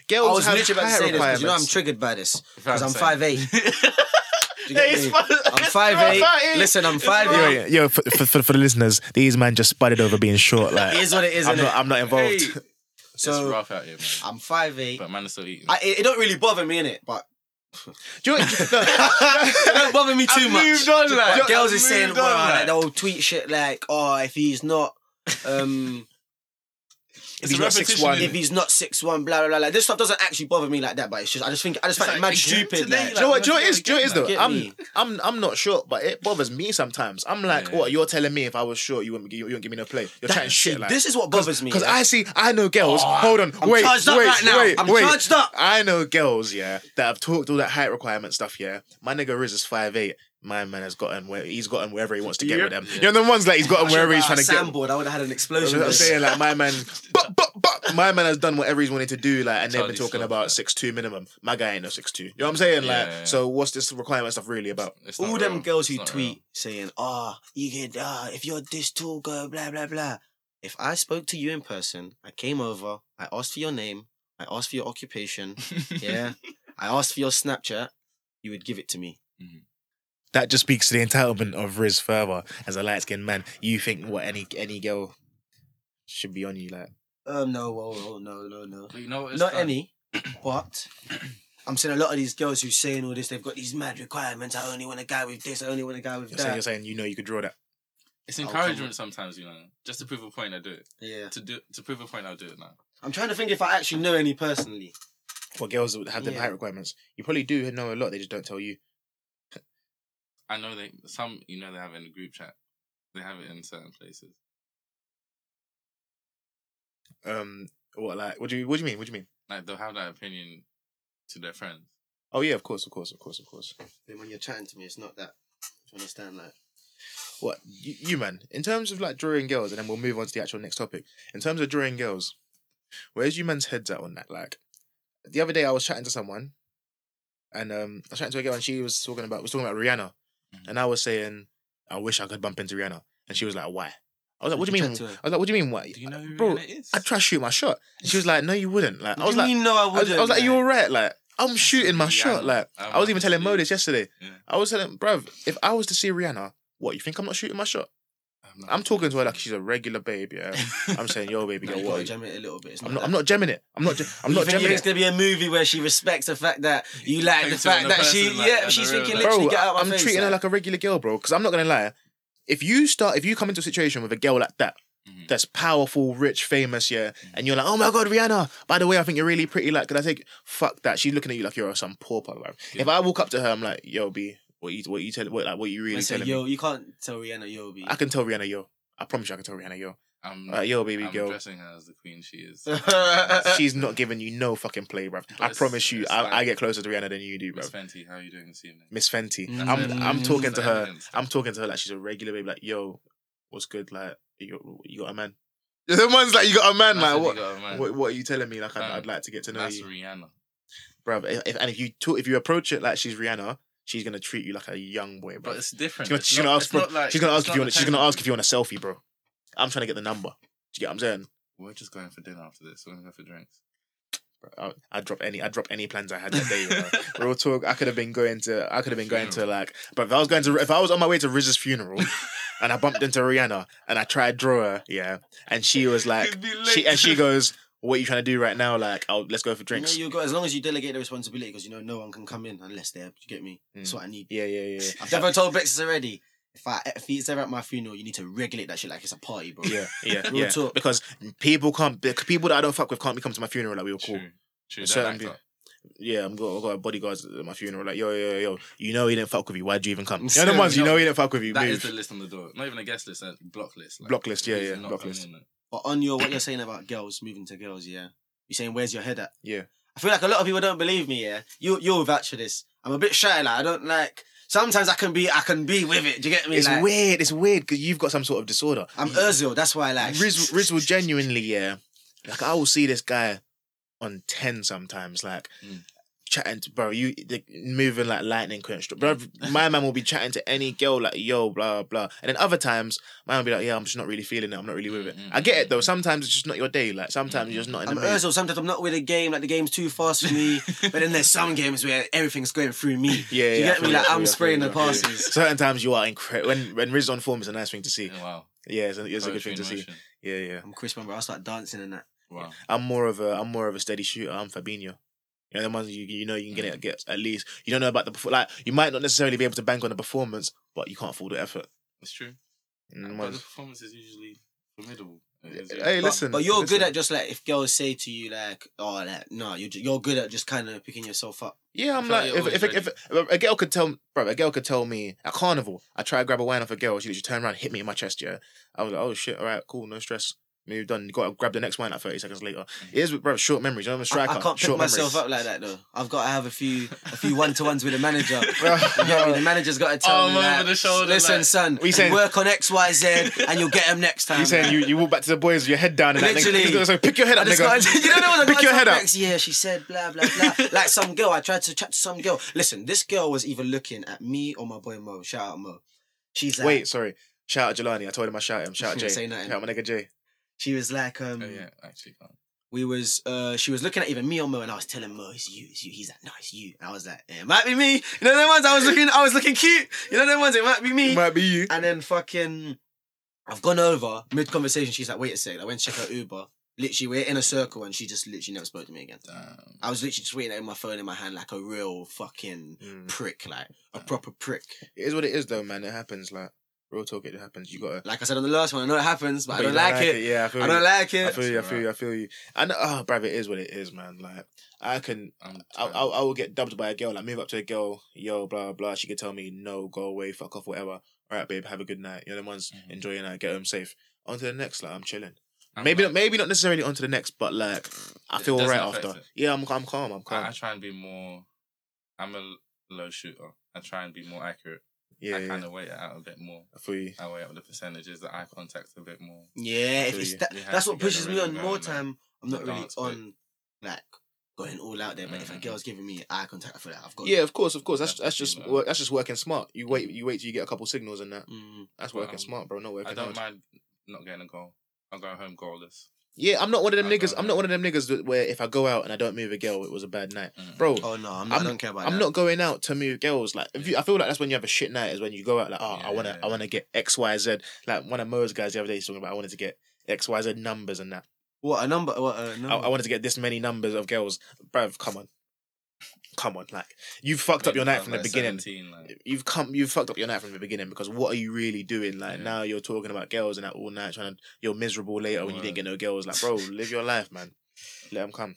Girls
I was
have
literally about to
higher
say this because you know I'm
requirements.
triggered by this
If
because I'm
saying-
five eight
Yeah, he's fu-
I'm
it's
five
not
eight
that easy.
listen I'm five
Yo,
eight
yo, yo, for, for, for the listeners, these men just spudded over being short. Like,
it is what it is
I'm
isn't
not,
it
I'm not involved.
it's
So
rough out here, man.
I'm five eight.
But man is still eating.
I, it, it don't really bother me in it, but
Do you, no,
it don't bother me too
I've
much.
moved on, like.
But girls is
I've
saying,
moved
well,
on,
like,
like.
they'll tweet shit like, oh, if he's not, um,
If he's not six one,
if he's not six one, blah blah blah. Like, this stuff doesn't actually bother me like that, but it's just I just think I just
It's
find it
like,
mad
again
stupid.
today,
Do
like,
you know what? Do you know what it is?
Like,
Do you know what it is though?
get me.
I'm, I'm, I'm not sure, but it bothers me sometimes. I'm like,
Yeah.
what? You're telling me if I was sure, you wouldn't, you, wouldn't give me no play. You're
that-
chatting
see,
shit like
This is what bothers me.
because
yeah. Oh,
I see, I know girls. hold on,
I'm
wait,
charged up
wait,
right now.
wait,
I'm
wait.
charged up.
I know girls, yeah, that have talked all that height requirement stuff. Yeah, my nigga Riz is five eight. My man has gotten where he's gotten wherever he wants to get
Yeah.
with them. You know the ones like he's gotten
Should've
wherever he's
got
trying
a
to get.
Soundboard, I would have had an
You
explosion.
know what I'm
there.
saying? Like my man, but but but my man has done whatever he's wanted to do. Like, and they've been
Charlie
talking
Sloth, yeah.
about six two minimum. My guy ain't no six two. You know what I'm saying?
Yeah,
Like,
yeah, yeah.
so what's this requirement stuff really about?
It's
all
not
them
real.
girls
It's
who
not
tweet saying, "Ah, you get ah, if you're this tall, girl, blah blah blah." If I spoke to you in person, I came over, I asked for your name, I asked for your occupation,
real.
yeah, I asked for your Snapchat, you would give it to me.
That just speaks to the entitlement of Riz further as a light skinned man. You think what any any girl should be on you like?
Um, no, oh, oh, no, no, no,
But you know what? it's
not
like-
any, but. I'm seeing a lot of these girls who's saying all this. They've got these mad requirements. I only want a guy with this. I only want a guy with
You're saying, you're
that.
saying you know you could draw that.
It's
I'll come-
encouragement sometimes, you know. Just to prove a point, I do it.
Yeah,
To do to prove a point, I'll do it now.
I'm trying to think if I actually know any personally.
For girls that have them
Yeah.
height requirements, you probably do know a lot. They just don't tell you.
I know they some you know they have it in the group chat. They have it in certain places.
Um, what like? What do you What do you mean? What do you mean?
Like they'll have that opinion to their friends.
Oh yeah, of course, of course, of course, of course.
Then when you're chatting to me, it's not that. Do you understand that?
What you, you man? In terms of like drawing girls, and then we'll move on to the actual next topic. In terms of drawing girls, where's you man's heads at on that? Like the other day, I was chatting to someone, and um, I was chatting to a girl, and she was talking about was talking about Rihanna,
Mhm.
Mm-hmm.
and I was saying, I wish I could bump into Rihanna, and she was like, why? I was like, what do
Did
you
you
mean?
chat to her?
I was like, what do you mean why?
Do you know who
Bro,
Rihanna is?
I'd try to shoot my shot. And she was like, no, you wouldn't. Like I
What
was
do you
like,
mean, no, I
I was,
wouldn't.
I was like,
Like,
you're right. Like I'm shooting my shot.
Rihanna.
Like
I'm
I was even
not
telling Mo
shooting.
this yesterday.
Yeah.
I was telling, bruv, if I was to see Rihanna, what you think I'm not shooting my shot?
I'm, not-
I'm talking to her like she's a regular babe. Yeah, I'm saying, yo, baby
No,
girl,
you gotta
what? are you-
jam it a little bit. It's
I'm
not
not. I'm not gemming it. I'm not. ge- I'm not
You think
gemming
it's
it.
gonna be a movie where she respects the fact that you like the
Thinks
fact
on
that
the
she,
person, like,
yeah,
on
she's
the real,
thinking
like-
literally
Bro,
get out of
I'm
my face.
treating her like a regular girl, bro. Because I'm not gonna lie, if you start, if you come into a situation with a girl like that,
Mhm.
that's powerful, rich, famous, yeah, and you're like, oh my god, Rihanna. By the way, I think you're really pretty. Like, could I take? Fuck that. She's looking at you like you're some poor part. Like,
Yeah.
if I walk up to her, I'm like, yo, B, what you, what you tell, what like, what you really
I said,
telling
yo,
me?
you can't tell Rihanna yo be.
I can tell Rihanna, yo. I promise you, I can tell Rihanna, yo.
Mm-hmm.
Mm.
I'm,
Like, yo, baby
I'm
girl.
addressing her as the queen she is.
She's not giving you no fucking play, bruv. I
it's-
promise you,
it's
I,
like-
I get closer to Rihanna than you do,
Miss
bruv.
Fenty, how are you doing this evening?
Miss Fenty.
Mm.
I'm I'm
Mm.
talking to
It's
her.
evidence.
I'm talking to her like she's a regular babe. Like, yo, what's good? Like, you you got a man? The one's like, you got a man. Like,
That's what
what,
you got, man.
what what are you telling me? Like, I'd,
Man,
I'd like to get to know
That's
you,
Rihanna.
bruv. If, if- and if you talk, if you approach it like she's Rihanna, she's gonna treat you like a young boy, bro.
But it's different.
She's gonna,
It's
she's
not-
gonna ask
it's
for,
not like-
she's gonna ask
it's
if
not
you
the
want she's
kind
gonna
of-
ask if you want a selfie, bro. I'm trying to get the number. Do you get what I'm saying?
We're just going for dinner after this. We're going to go for drinks.
I, I drop any I drop any plans I had that day. You know? Real talk, I could have been going to I could have been going to like, but if I was going to if I was on my way to Riz's funeral, and I bumped into Rihanna and I tried draw her, yeah, and she was like,
It'd be
she
lit.
and she goes, "What you trying to do right now? Like, oh, let's go for
You know,
drinks."
you got as long as you delegate the responsibility because you know no one can come in unless they're. You get me? That's
Mm.
what I need.
Yeah, yeah, yeah,
I've never told Bex already. If I if he's ever at my funeral, you need to regulate that shit like it's a party, bro.
yeah, yeah, yeah.
Real talk.
Because people can't bec- people that I don't fuck with can't be come to my funeral like we were cool.
True. True.
It's
That
certain
backs
people-
up.
Yeah, I'm got, I've got bodyguards at my funeral. Like, yo, yo, yo, you know he didn't fuck with you. Why'd you even come? You know the ones you know he didn't fuck with you.
That
move.
is the list on the door. Not even a guest list, a block list. Like,
block list. Yeah,
who's
yeah,
not
block
coming
list.
in there.
But on your what you're saying about girls moving to girls, yeah. You're saying where's your head at?
Yeah.
I feel like a lot of people don't believe me, yeah. You you'll vouch for this. I'm a bit shy, like I don't like sometimes I can be I can be with it, do you get me?
It's
like,
weird. It's weird because you've got some sort of disorder.
I'm Urzil, that's why I like
Riz, Riz will genuinely, yeah. Like I will see this guy on ten sometimes, like
Hmm.
Mm.
chatting to bro, you the, moving like lightning quick. str- Bro, my man will be chatting to any girl like yo, blah blah, and then other times, my man will be like, yeah, I'm just not really feeling it. I'm not really with it.
Hmm,
Mm, mm,
I get it though.
mm.
Sometimes it's just not your day. Like sometimes
Mm,
you're just not in
I'm
the mood.
Urzil, sometimes I'm not with the game, like the game's too fast for me. but then there's some games where everything's going through me.
Yeah, yeah,
Do you
I
get me?
feel I
Like, I'm
feel I feel
spraying
I
the
feel
passes.
Certain times you are incredible. When when Riz is on form, it's a nice thing to see.
Wow.
Yeah, it's a, it's a good thing
Poetry in
to see.
motion.
Yeah, yeah.
I'm Chris, remember, I start dancing and that.
Wow.
I'm more of a I'm more of a steady shooter. I'm Fabinho. You know, the ones you you know you can get it get at least you don't know about the perfor- like you might not necessarily be able to bank on the performance, but you can't afford the effort.
It's true.
You know, the
But the
ones-
performance is usually formidable.
Mm, Hey,
But,
listen.
but you're good
listen.
at just like if girls say to you like, "Oh, like no," you you're good at just kind of picking yourself up.
Yeah, I'm
feel like
like,
you're
if, if,
always
if, if a girl could tell, bro, a girl could tell me at carnival, I try to grab a wine off a girl, she literally turned around, hit me in my chest. Yeah, I was like, oh shit, all right, cool, no stress, moved on. You got to grab the next wine like 30 seconds later. It is, bro, short memories. You know, I'm a
I,
striker.
I can't pick
short
myself
memories.
up like that though. I've got to have a few a few one to ones with the manager.
Bro,
You know what I mean? The manager's got to tell
Oh,
me
man,
like,
with the shoulder,
Listen,
like-
son,
you saying?
work on X, Y, Z, and you'll get him next time.
You saying you, you walk back to the boys with your head down and that
Literally.
nigga, so pick your head
I
up,
just got,
nigga.
you don't know what
pick your head up.
Next year, she said blah blah blah. like some girl, I tried to chat to some girl. Listen, this girl was either looking at me or my boy Mo. Shout out Mo. She's like,
Wait, sorry. Shout out Jelani. I told him I shout him. Shout out Jay.
Say
Shout
nothing.
out my nigga Jay.
She was like, um,
Oh, yeah, actually. can't.
we was uh she was looking at even me or Mo and I was telling Mo it's you it's you he's like no it's you and I was like it might be me you know them ones I was looking I was looking cute you know them ones it might be me
might be you.
and then fucking I've gone over mid conversation she's like wait a sec I went to check her Uber literally we're in a circle and she just literally never spoke to me again
Damn.
I was literally just waiting with my phone in my hand like a real fucking prick like a proper prick
Mm. It is what it is, though, man. It happens. Like, real talk, it happens. You gotta.
like I said on the last one I know it happens but, I
you
don't like, it,
Yeah, I feel
I
you.
don't like
I
it
feel you. I feel you. I feel you. And oh, bruv, it is what it is, man. Like I can,
I'm
I, I, I will get dubbed by a girl. Like move up to a girl, yo, blah blah. She could tell me no, go away, fuck off, whatever. All right, babe, have a good night. You know, the ones
Mhm.
enjoy your night, get home safe. On to the next, like I'm chilling.
I'm
maybe,
like-
not, maybe not necessarily on to the next, but like I
It
feel
doesn't
alright
affect
after.
it.
Yeah, I'm, I'm calm. I'm calm.
I, I try and be more. I'm a low shooter. I try and be more accurate.
yeah,
I
yeah,
kind of weigh it out a bit more.
I feel you.
I weigh up the percentages, the eye contact a bit more.
Yeah, if
So
it's
you-
that,
you have
that's
to
what
get the
pushes me
rhythm
on.
going,
More
like,
time, I'm
the
not really
dance bit.
on like going all out there. But if a
Mhm.
girl's giving me eye contact, I feel like I've got.
Mm-hmm. Yeah, of course, of course. That's
That's
that's
the
just
thing, man.
work, that's just working smart. You wait, you wait till you get a couple signals and that.
Mm.
That's
Well,
working
um,
smart, bro. Not working.
I don't
hard.
mind not getting a goal. I'll go home goalless.
Yeah, I'm not one of them
I
niggas.
don't
I'm
know.
not one of them niggas that- where if I go out and I don't move a girl, it was a bad night,
Mm.
bro.
Oh no, I'm, I
I'm-
don't care about
I'm
that.
not going out to move girls. Like, if you, I feel like that's when you have a shit night. Is when you go out like, oh, I wanna,
Yeah.
I wanna get X, Y, Z. Like one of Mo's guys the other day, he's talking about I wanted to get X, Y, Z numbers and that.
What a number! What a number!
I, I wanted to get this many numbers of girls, bruv. Come on, come on. Like you fucked up your night from the beginning. You've come, you've fucked up your night from the beginning because what are you really doing? Like
Yeah.
now you're talking about girls and that all night, trying to you're miserable later when you didn't get
Word.
no girls. Like, bro, live your life, man. Let them come.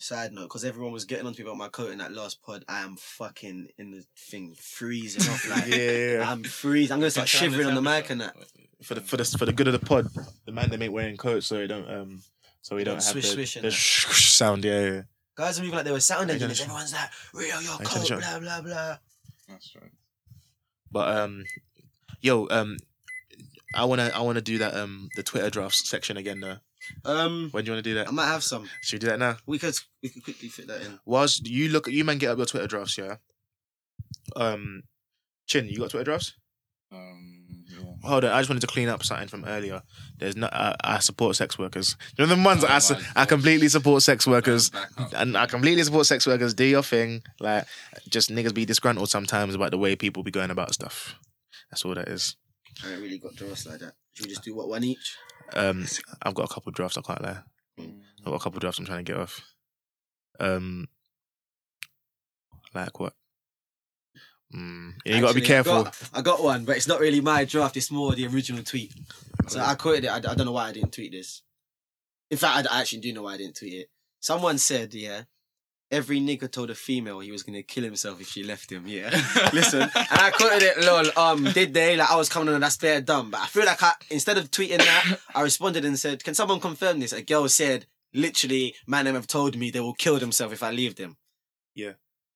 Side note, because everyone was getting on to me about my coat in that last pod, I am fucking in the thing freezing off. Like
Yeah, yeah, yeah.
I'm freezing. I'm gonna start shivering on the mic and that.
for the for the for the good of the pod, the man they ain't wearing coats so they don't um so we don't have
Swish,
the,
swish and
the
that.
sh- sh- sound. Yeah, yeah.
Guys are moving like they were sound
Are you gonna
engineers.
show-
Everyone's like, "Rio, your
you gonna
coat,
show-
blah blah blah."
That's right.
But um, yo um, I wanna I wanna do that um the Twitter drafts section again though.
Um,
When do you wanna do that?
I might have some.
Should we do that now?
We could we could quickly fit that in.
Whilst you look, you man get up your Twitter drafts, yeah. Um, Chin, you got Twitter drafts?
Um, yeah.
Hold on, I just wanted to clean up something from earlier. There's not I, I support sex workers. You know the ones
Oh,
that I, su-
man.
I completely support sex workers.
Back up.
and I completely support sex workers. Do your thing. Like, just niggas be disgruntled sometimes about the way people be going about stuff. That's all that is.
I ain't really got drafts like that. Should we just do what one each?
Um, I've got a couple drafts. I can't lie.
Mm.
I've got a couple drafts. I'm trying to get off. Um, like what? Mm. Yeah, you gotta be
Actually, I
careful.
got- I got, one, but it's not really my draft. It's more the original tweet. So I quoted it. I, I don't know why I didn't tweet this. In fact, I, I actually do know why I didn't tweet it. Someone said, yeah, every nigga told a female he was gonna kill himself if she left him. Yeah, listen, and I quoted it. Lol, um, did they? Like I was coming on. That's bare dumb. But I feel like I instead of tweeting that, I responded and said, "Can someone confirm this?" A girl said, "Literally, man, them have told me they will kill themselves if I leave them."
Yeah.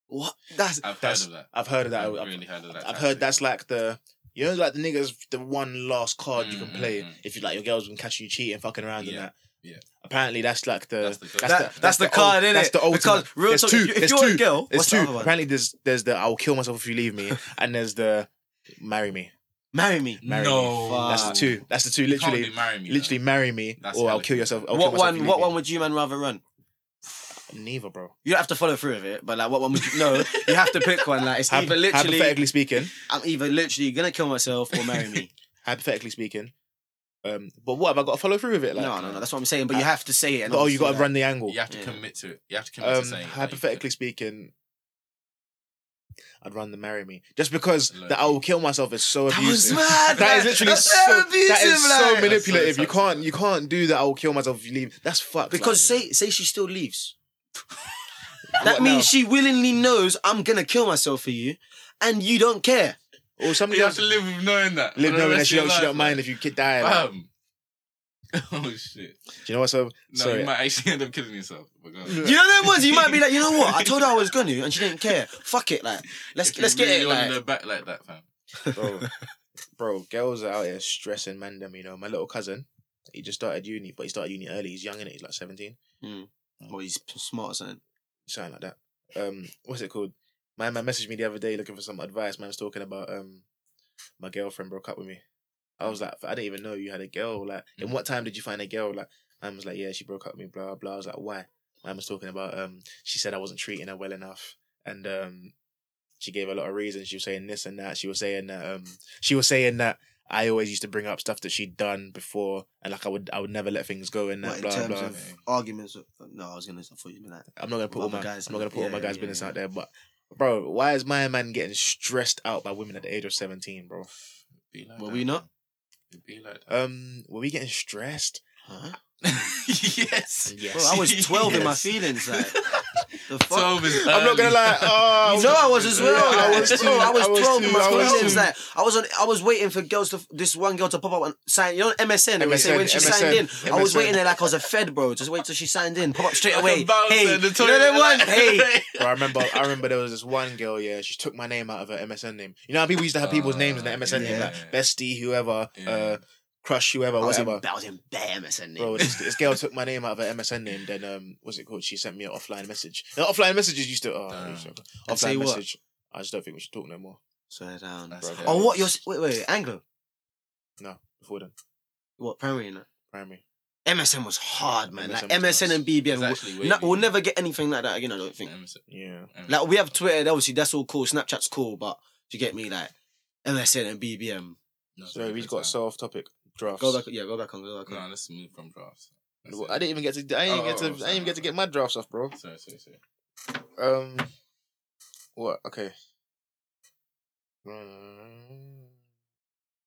What? That's
I've heard
That's-
of that.
I've heard of that.
I've
I've, I've,
really heard of that.
I've heard that's like the. You know, like the niggas, the one last card you can
Mm,
play
mm, mm.
if you like your girls been catching you cheating, fucking around, and
Yeah,
that.
yeah.
Apparently, that's like the
That's the good
That-
the-
that's,
that's
the,
ul-
card, innit?
That's the ultimate.
Because real
there's
talk,
two.
if, you- if
there's
you're
two.
a girl,
there's
what's
two.
the other one?
Apparently, there's there's the I'll kill myself if you leave me, and there's the marry me.
Marry me.
Marry
no.
me.
That's the
Wow.
two. That's the two.
Ah. You can't
Literally,
do marry me,
literally marry me,
That's
or I'll
hella
kill
cute.
yourself. I'll kill
What
myself if
one?
you
What
leave
one would you man rather run?
me. Neither, bro.
You don't have to follow through with it, but like, what one would you? No, you have to pick one. Like, it's
Hyp-
either literally,
hypothetically speaking,
I'm either literally gonna kill myself or marry me.
hypothetically speaking, Um, but what have I got to follow through with it? Like,
no, no, no. That's what I'm saying. But you have to say it. And
oh, you got to
obviously,
run the angle.
You have to
Yeah.
commit to it. You have to commit
Um,
to saying. that you
hypothetically speaking, I'd run the marry me just because
Low
that I will kill myself is so
That was
abusive.
mad.
That is
man.
literally
That's
so, that
abusive,
is so
like.
manipulative.
That's so
You can't you can't do that. I will kill myself if you leave. That's fucked.
Because say say she still leaves.
like,
That
what
means
now?
she willingly knows I'm gonna kill myself for you, and you don't care.
or
can-
somebody
You have
else
to live with knowing that.
live
for the
knowing that
rest
she
of your
don't she
life,
don't mind if you kid die.
like,
like,
Bam. Oh shit!
do you know what? So
No,
sorry.
you might actually end up killing yourself. But go on.
Yeah.
You know them ones. You might be like, you know what? I told her I was gonna, and she didn't care. Fuck it, like let's
If you
let's get
really
it.
wanna
Like
know back like that, fam.
bro, bro, girls are out here stressing man them, you know. My little cousin, he just started uni, but he started uni early. He's young in it, he's like 17,
Well, he's p- smart or something.
something like that. Um, what's it called? My man messaged me the other day looking for some advice. Man was talking about um my girlfriend broke up with me. I
Mm.
was like, I didn't even know you had a girl. Like, in what time did you find a girl? Like, man was like, yeah, she broke up with me, blah blah. I was like, why? Man was talking about um, she said I wasn't treating her well enough, and um, she gave a lot of reasons. She was saying this and that. She was saying that um, she was saying that I always used to bring up stuff that she'd done before, and like I would, I would never let things go and
What,
that
in
blah
terms
blah.
of arguments? uh, No, I was gonna. I thought you'd be like,
I'm not gonna put all
other
my
guys
I'm not gonna put
and-
all my
yeah,
guys'
yeah,
business
yeah.
out there, but bro, why is my man getting stressed out by women at the age of 17, bro?
Be like
Were
that,
we not?
fam. It'd be like that.
Um, were we getting stressed?
huh?
yes.
Yes.
Bro, I was 12 in my
Yes.
feelings. Like, the fuck?
Twelve is.
I'm not gonna lie. Oh,
You know I was as well.
Yeah, I
like,
was
bro,
too.
I was
I was
12 in
too,
my
I was
feelings.
too.
Like, I was on. I was waiting for girls to this one girl to pop up on sign. You know MSN. they would say when she
MSN,
signed in, I was
MSN.
waiting there like I was a fed, bro. Just wait till she signed in. Pop up straight
Like a
away.
bouncer
Hey,
in the
you know
toilet,
them ones?
like-
Hey,
Bro, I remember. I remember there was this one girl. Yeah, she took my name out of her MSN name. You know how people used to have people's names in their
Ah,
MSN name,
yeah.
like bestie, whoever,
Yeah.
uh, crush,
Uh, I
whoever,
was in,
whatever.
I was in bare MSN.
Bro,
Bro,
this, this girl took my name out of her MSN name. Then, um, what's it called? She sent me an offline message. Now, offline messages used to. Oh, I used to-
And say
offline
what?
message. I just don't think we should talk no more.
Swear down.
That's
Oh,
how-
what? You're s- wait, wait, wait, Anglo.
No, before then,
What primary? No?
primary.
MSN was hard, man. like
MSN was
MSN and
It's
BBM,
actually
we'll,
way
no, we'll
deep.
never get anything like that again. I don't think.
Emerson.
Yeah,
Like we have Twitter, obviously that's all cool. Snapchat's cool, but do you get me? Like MSN and BBM.
No,
so
it's
we've
a
got
good
self topic drafts.
Go back, yeah, go back on, go
time.
back on.
No, let's move from drafts. That's
Well,
it.
I didn't even get to. I didn't
Oh,
get to.
oh,
I didn't even get to
sorry.
get my drafts off, bro.
Sorry, sorry, sorry.
Um, what? Okay.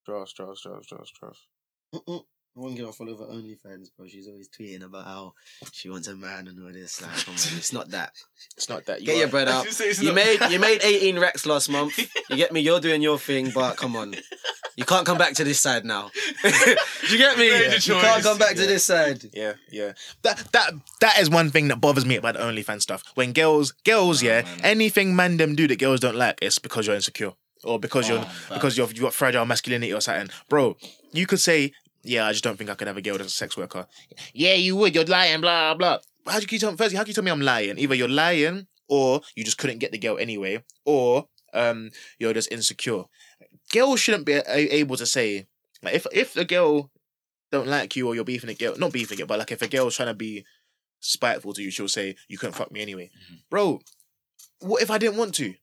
Drafts, drafts, drafts, drafts, drafts.
Mm-mm. One girl Mm, I follow over OnlyFans, bro. She's always tweeting about how she wants a man and all this. Like, come on, it's not that.
It's not that. You
Get
are-
your bread up.
Did you say it's
You
not-
made you made 18 racks last month. You get me? You're doing your thing, but come on, you can't come back to this side now. do you get me?
Made the
You
choice.
can't come back to
Yeah.
this side.
Yeah, yeah. That that that is one thing that bothers me about the OnlyFans stuff. When girls, girls,
Oh,
yeah,
man.
anything man them do that girls don't like, it's because you're insecure or because you're
Oh,
Ah,
because you've you got fragile masculinity or something, bro. You could say, yeah, I just don't think I could have a girl that's a sex worker. Yeah, you would. You're lying, blah blah. How do you tell? Firstly, how can you tell me I'm lying? Either you're lying or you just couldn't get the girl anyway, or um, you're just insecure. Girls shouldn't be a- able to say like if if the girl don't like you or you're beefing a girl, not beefing it, but like if a girl's trying to be spiteful to you, she'll say you couldn't fuck me anyway, bro. What if I didn't want to?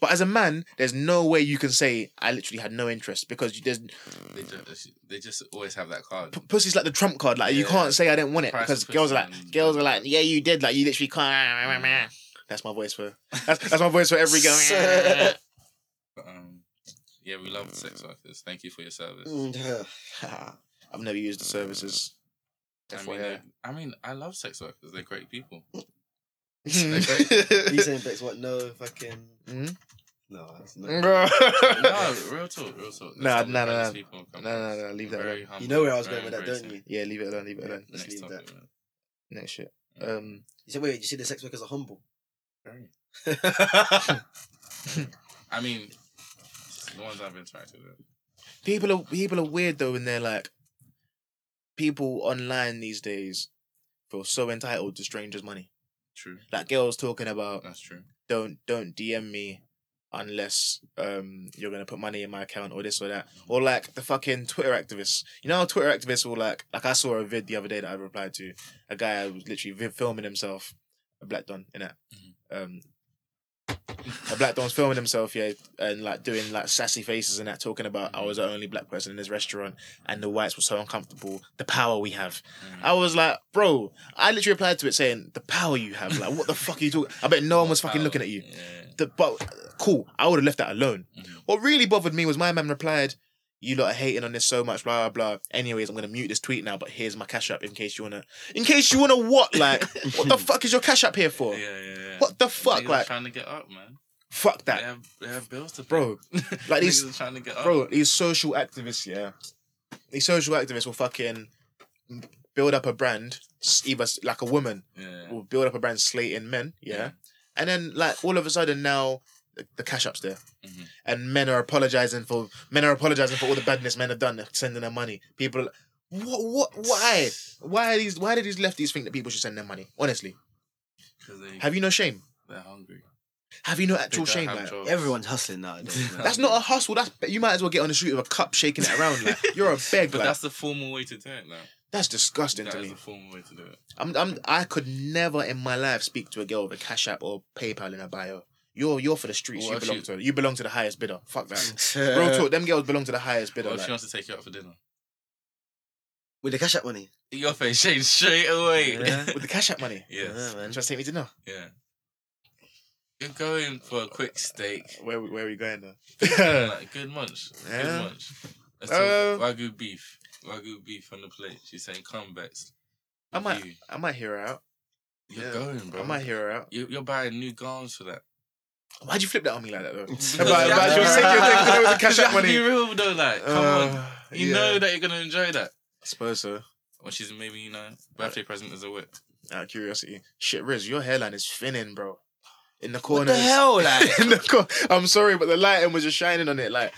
But as a man, there's no way you can say I literally had no interest because you, there's p-
They just, they just always have that card.
pussy's like the trump card. Like you
Yeah.
can't say I didn't want it
Price
because
of
girls are like
pussy Mm. and-
girls are like yeah you did like you literally can't. That's my voice for that's, that's my voice for every girl.
But, um, yeah, we love sex workers. Thank you for your service.
Mm,
I've never used the services.
I mean, they- I mean, I love sex workers. They're great people.
FYI.
These index, what? No fucking.
Mm.
No, that's
No, real talk, real talk.
Nah,
That's
nah, nah,
what
nah.
people have come
No, no,
across.
no, leave
I'm
that
very humble,
You know where I was
very
going with that,
embracing.
don't you?
Yeah, leave it alone, leave it alone.
Let's
Next
leave
topic, man.
Next shit.
Yeah.
Um,
You said, wait, you see the sex workers are humble.
Very.
That's
I mean, the ones I've interacted with.
people are people are weird though, and they're like, people online these days feel so entitled to strangers' money.
True.
Like girls talking about
That's true.
don't don't DM me unless um you're gonna put money in my account or this or that or like the fucking Twitter activists. You know how Twitter activists will like like I saw a vid the other day that I replied to a guy who was literally vi- filming himself a black don in it. Um, A black don's filming himself, yeah, and like doing like sassy faces and that, talking about I was the only black person in this restaurant, and the whites were so uncomfortable. The power we have.
Mm.
I was like, bro, I literally replied to it saying, "The power you have, like, what the fuck are you talking? I bet no one was fucking looking at you." The but cool, I would have left that alone.
mm-hmm.
What really bothered me was my man replied, "You lot are hating on this so much, blah blah blah." Anyways, I'm gonna mute this tweet now, but here's my cash app in case you wanna, in case you wanna what? Like, what the fuck is your cash app here for?
Yeah, yeah, yeah.
What the fuck?
Niggas are
Like,
trying to get up, man.
fuck
They
that,
have, they have bills to pay.
bro. Like these,
Niggas are trying to get up.
bro, these social activists, yeah, these social activists will fucking build up a brand, s- either s- like a woman
Yeah.
will build up a brand slating men, yeah,
Yeah.
and then like all of a sudden now the, the cash up's there,
Mhm.
and men are apologizing for men are apologizing for all the badness men have done, sending their money. People, are- what, what, why, why are these, why do these lefties think that people should send their money? Honestly,
'Cause they,
have you no shame?
they're hungry.
Have you no
They
actual
don't
shame?
have
Like,
jobs.
Everyone's hustling nowadays. man.
That's not a hustle. That's you might as well get on the street with a cup shaking it around. Like you're a beg.
But
like, that's
that's the formal way to do it now.
disgusting
That
to
is
me.
the formal way to do it.
I'm, I'm I could never in my life speak to a girl with a Cash App or PayPal in a bio. You're you're for the streets.
What
you
if
belong
you-
to you belong to the highest bidder. Fuck that. Real talk. Them girls belong to the highest bidder.
What if
like.
she wants to take you out for dinner?
With the cash app money.
Your face changed straight away.
Yeah.
with the Cash App money.
Yes.
Yeah,
I'm
man.
trying to take me to dinner.
Yeah. You're going for a quick steak.
Where we- where are we going though?
like, good munch. Good
Yeah.
munch. Let's
Uh,
talk Wagyu beef. Wagyu beef on the plate. She's saying comebacks.
I
With
might
You.
I might hear her out.
You're
yeah.
going, bro.
I might hear her out.
You, you're buying new garments for that.
Why'd you flip that on me like that though?
Because
about,
you have
about
to
you said
be-
you were doing it with the
because
Cash
you
App
have to Be
money.
real though, like, come on.
Uh,
You
yeah,
know that you're gonna enjoy that.
I suppose so.
Or she's maybe you know
Uh,
birthday present as a whip.
out of curiosity. Shit, Riz, your hairline is thinning, bro. In the
What
corner.
the hell, like?
In the cor- I'm sorry, but the lighting was just shining on it. Like,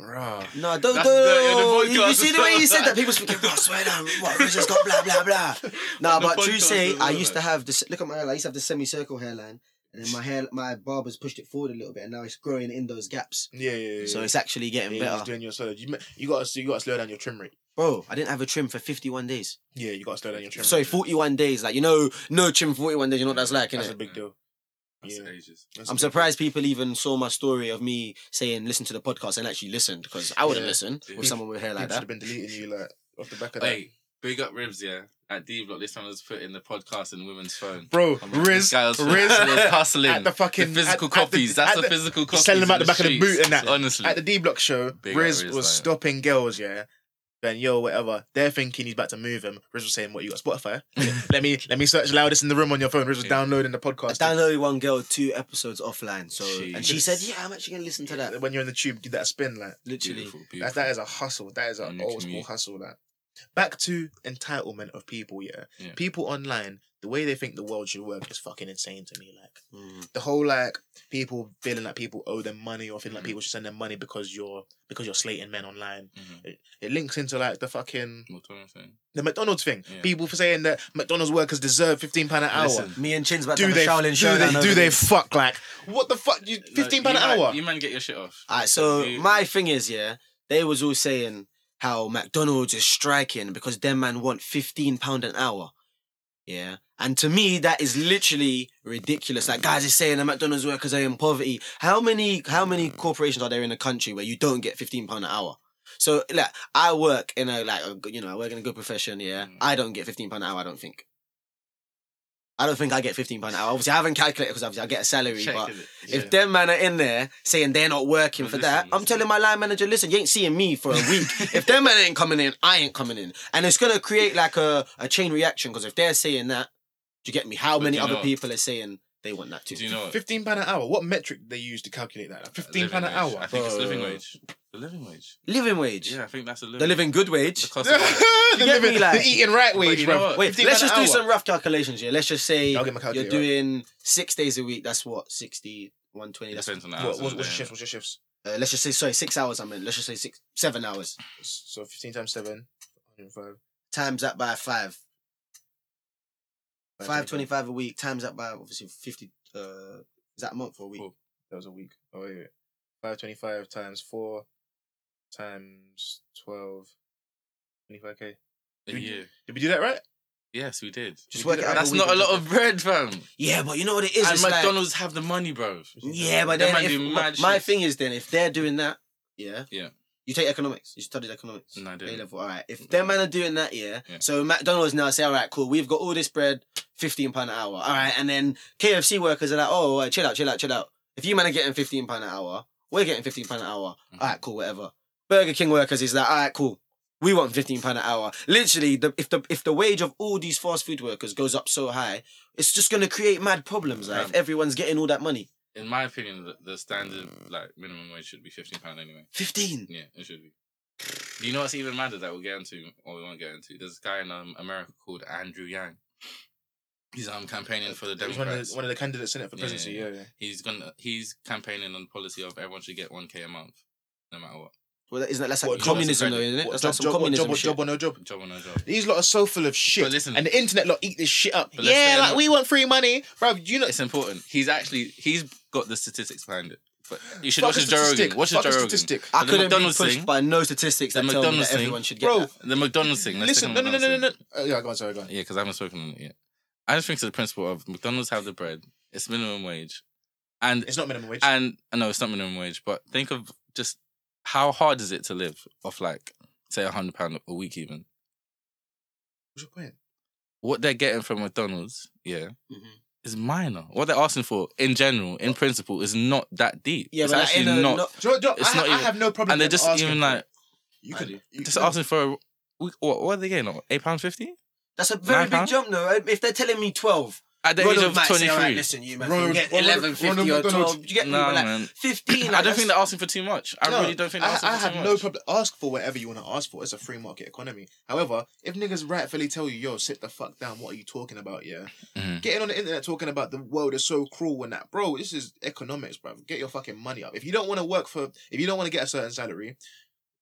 rah.
No, don't, don't.
That's the- yeah, the podcast
you, you
is
see the way you said
like-
that? People speaking, oh, I swear down, what, we just got blah, blah, blah. Nah,
The
but true
podcast
say,
is
I
like-
used to have this, look at my hairline, I used to have the semicircle hairline, and then my hair, my barber's pushed it forward a little bit, and now it's growing in those gaps.
Yeah, yeah, yeah.
So it's actually getting
yeah, you're just
better.
doing your solo. You, you got to you got to slow down your trim rate.
Bro, I didn't have a trim for 51 days.
Yeah, you got to slow down your trim.
Sorry,
rate.
41 days. Like, you know, no trim for 41 days, you know what that's like,
That's a
innit?
big deal.
That's
Yeah.
ages.
That's a
I'm
big
surprised people even saw my story of me saying, listen to the podcast, and actually listened, because I wouldn't
Yeah.
listen
Yeah.
with someone with hair
deal.
like
People should have
that.
been deleting you like off the back of that.
Hey, big up ribs, yeah. At D block, this time was put in the podcast and women's phone.
Bro,
I'm
Riz,
like, this guy was,
Riz,
he was hustling
at the fucking
the physical
at- at the-
copies. That's
at
the, physical copies.
selling them out
in
the back of the boot
streets,
and that.
Honestly,
at the D Block show,
Big
Riz
up Riz,
was
like-
stopping girls, yeah. Then yo, whatever. They're thinking he's about to move him. Riz was saying, "What you got Spotify? let me let me search loudest in the room on your phone." Riz was
Yeah.
downloading the
I
podcast.
downloaded one girl two episodes offline, so and she
Jeez.
said, "Yeah, I'm actually gonna listen to that."
when you're in the tube, do that spin like
Literally,
beautiful,
that.
beautiful.
That is a hustle. That is an
And you
old
can
school
mute.
hustle. That back to entitlement of people. Yeah,
Yeah.
people online, the way they think the world should work is fucking insane to me. Like
Mm.
the whole like people feeling like people owe them money or feeling like
Mhm.
people should send them money because you're because you're slating men online.
Mhm.
It links into like the fucking
What am I saying?
The McDonald's thing.
Yeah.
People for saying that McDonald's workers deserve fifteen pound an hour.
Listen,
me and Chin's about to
do
have
they?
a Shaolin
do they?
showdown
Do
over
they?
this.
Fuck like what the fuck? You
Like,
fifteen pound
you
an
man-
hour.
You man, get your shit off.
Alright, so
You-
my thing is, yeah, they was all saying how McDonald's is striking because them man want fifteen pound an hour, yeah. And to me, that is literally ridiculous. Like guys is saying the McDonald's workers are in poverty. How many? How many
Mm.
corporations are there in the country where you don't get fifteen pound an hour? So like, I work in a like a, you know I work in a good profession. Yeah,
Mm.
I don't get fifteen pound an hour. I don't think. I don't think I get fifteen pound an hour. Obviously, I haven't calculated because obviously I get a salary,
Check,
but
is it?
Yeah.
if them man are in there saying they're not working
Well,
for
listen,
that, I'm
listen.
telling my line manager, listen, you ain't seeing me for a week. if them man ain't coming in, I ain't coming in. And it's gonna create like a, a chain reaction because if they're saying that, do you get me? How
But
many
do you
other
know-
people are saying they want that too?
Do you know what?
Fifteen pound an hour. What metric do they use to calculate that? Like, fifteen
Living
pound an
wage.
hour.
I think it's
Bro.
living wage. The living wage.
Living wage.
Yeah, I think that's a living.
The living good
The
wage.
cost of living.
the,
get me,
living,
like-
the eating right wage,
you know
bro.
what?
Wait,
15
let's
pound
just
an
do
hour.
some rough calculations here. Let's just say
I'll get my
you're
calculator. right.
doing six days a week. That's what sixty. 120 that's, uh,
Depends on the
What,
hours
what's, what's
of
your
the day.
shifts? What's your shifts?
let's just say sorry six hours i mean let's just say six seven hours
So fifteen times seven. 105,
times that by five Five
525.
twenty-five a week times that by obviously fifty. Uh, is that a month or a week?
Cool.
That was a week. Oh wait, wait. five twenty-five times four times twelve. Twenty-five k.
A year.
Did we do that right?
Yes, we did.
Just
We
work
did
it
it.
out
That's
the
not a
week.
lot of bread, fam.
Yeah, but you know what it is.
and
It's like,
McDonald's have the money, bro.
yeah, but
They
then
might
if,
do
my,
mad
my
shit.
thing is then if they're doing that, yeah,
Yeah.
You take economics. You studied economics.
No, I didn't.
A level. All right. If their man are doing that, yeah.
Yeah.
So McDonald's now say, all right, cool. We've got all this bread, fifteen pound an hour. All right, and then KFC workers are like, oh, uh, chill out, chill out, chill out. If you man are getting fifteen pound an hour, we're getting fifteen pound an hour.
Mm.
All right, cool, whatever. Burger King workers is like, all right, cool. We want fifteen pound an hour. Literally, the, if the if the wage of all these fast food workers goes up so high, it's just gonna create mad problems. Like, if everyone's getting all that money,
In my opinion, the, the standard like minimum wage should be fifteen pound anyway.
fifteen.
Yeah, it should be. Do you know what's even madder that we'll get into or we won't get into? There's a guy in um, America called Andrew Yang. He's um campaigning for the
He's Uh, one of
Democrats.
the, one of the candidates in it for
Yeah,
presidency.
yeah,
Yeah,
yeah.
yeah.
He's gonna he's campaigning on the policy of everyone should get one K a month, no matter what.
Well, that- isn't that, that's like
What, job-
communism, though,
credit?
isn't it?
What,
That's
job,
like some
job, what,
communism
job, what,
shit.
job or no job.
Job or no job.
These lot are so full of shit,
listen-
and the internet lot eat this shit up.
But let's
yeah,
say
like
that-
we want free money, bro. You know,
It's important. He's actually he's got the statistics behind it. But you should
fuck
watch
a
the Joe
statistic.
Rogan. Watch the
Fuck a
Joe Rogan.
statistic.
I
But the
couldn't
McDonald's
be pushed
thing-
by no statics
the
that tell me
McDonald's
that
thing-
everyone should get
Bro,
that.
The McDonald's thing. Let's
Listen,
stick
no,
on
no, no, no, no,
McDonald's
no. Uh, yeah, go on, sorry, go on.
thing. Yeah, because I haven't spoken on it yet. I just think it's the principle of McDonald's have the bread. It's minimum wage, and
It's not minimum wage.
And I know it's not minimum wage, but think of just how hard is it to live off like say a hundred pound a week even.
What's your point?
What they're getting from McDonald's, yeah,
Mhm.
is minor. What they're asking for in general, in principle, is not that deep.
Yeah,
it's
but
actually
like, in a,
not.
no-
Do you know- do you know,
It's
I,
not
ha- I
even-
have no problem.
and they're
with
just
asking
even
for it.
like
you
I
could
do.
you
just
could-
asking for a week. What, what are they getting? Eight pound fifty
that's a very
Nine
big
pound?
jump, though. If they're telling me 12,
at the
Ronald
age of
might
twenty
say, "All right,
three.
listen, you man,
Ronald-
get
Ronald-
11, 50
Ronald
or
McDonald.
12. You get me?
Nah,
But like,
man.
15.
I
like,
don't think they're
that's-
asking for too much. I
No,
really don't think they're
I,
asking
I
for too
have
much.
no problem. Ask for whatever you want to ask for. It's a free market economy. However, if niggas rightfully tell you, yo, sit the fuck down, what are you talking about? Yeah.
Mhm.
Getting on the internet talking about the world is so cruel and that, bro, this is economics, bro. Get your fucking money up. If you don't want to work for, if you don't want to get a certain salary,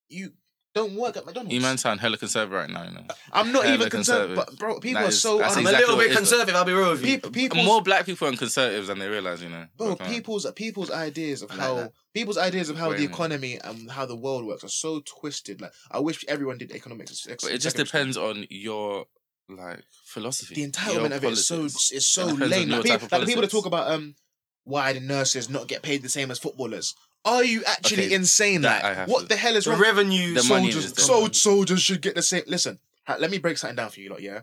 you don't work at McDonald's.
You man sound hella conservative right now, you know.
I'm not
hella
even concerned,
conservative.
but bro, people
That
are
is-
so
that's
un-
I'm
exactly
a little
what it
bit
is, though.
conservative, I'll be real with you.
people. people's-
More black people are conservatives than they realize, you know. uh,
Bro,
Fuck, man.
people's people's ideas of
I like
how
that.
people's ideas of how
Wait a
the
minute.
economy and how the world works are so twisted. Like, I wish everyone did economics. in sec-
But it just
secondary school.
depends on your like philosophy.
The
your
entitlement of it is so
politics.
is so
It depends on
lame. Like,
your
pe-
type of
like the people that
politics.
talk about um why the nurses not get paid the same as footballers. Are you actually
Okay,
insane?
that I
Like,
have
what
to-
the hell is
The
wrong?
revenue.
The money
soldiers,
is different.
sol- soldiers should get the same. Listen, ha- let me break something down for you, lot. Yeah,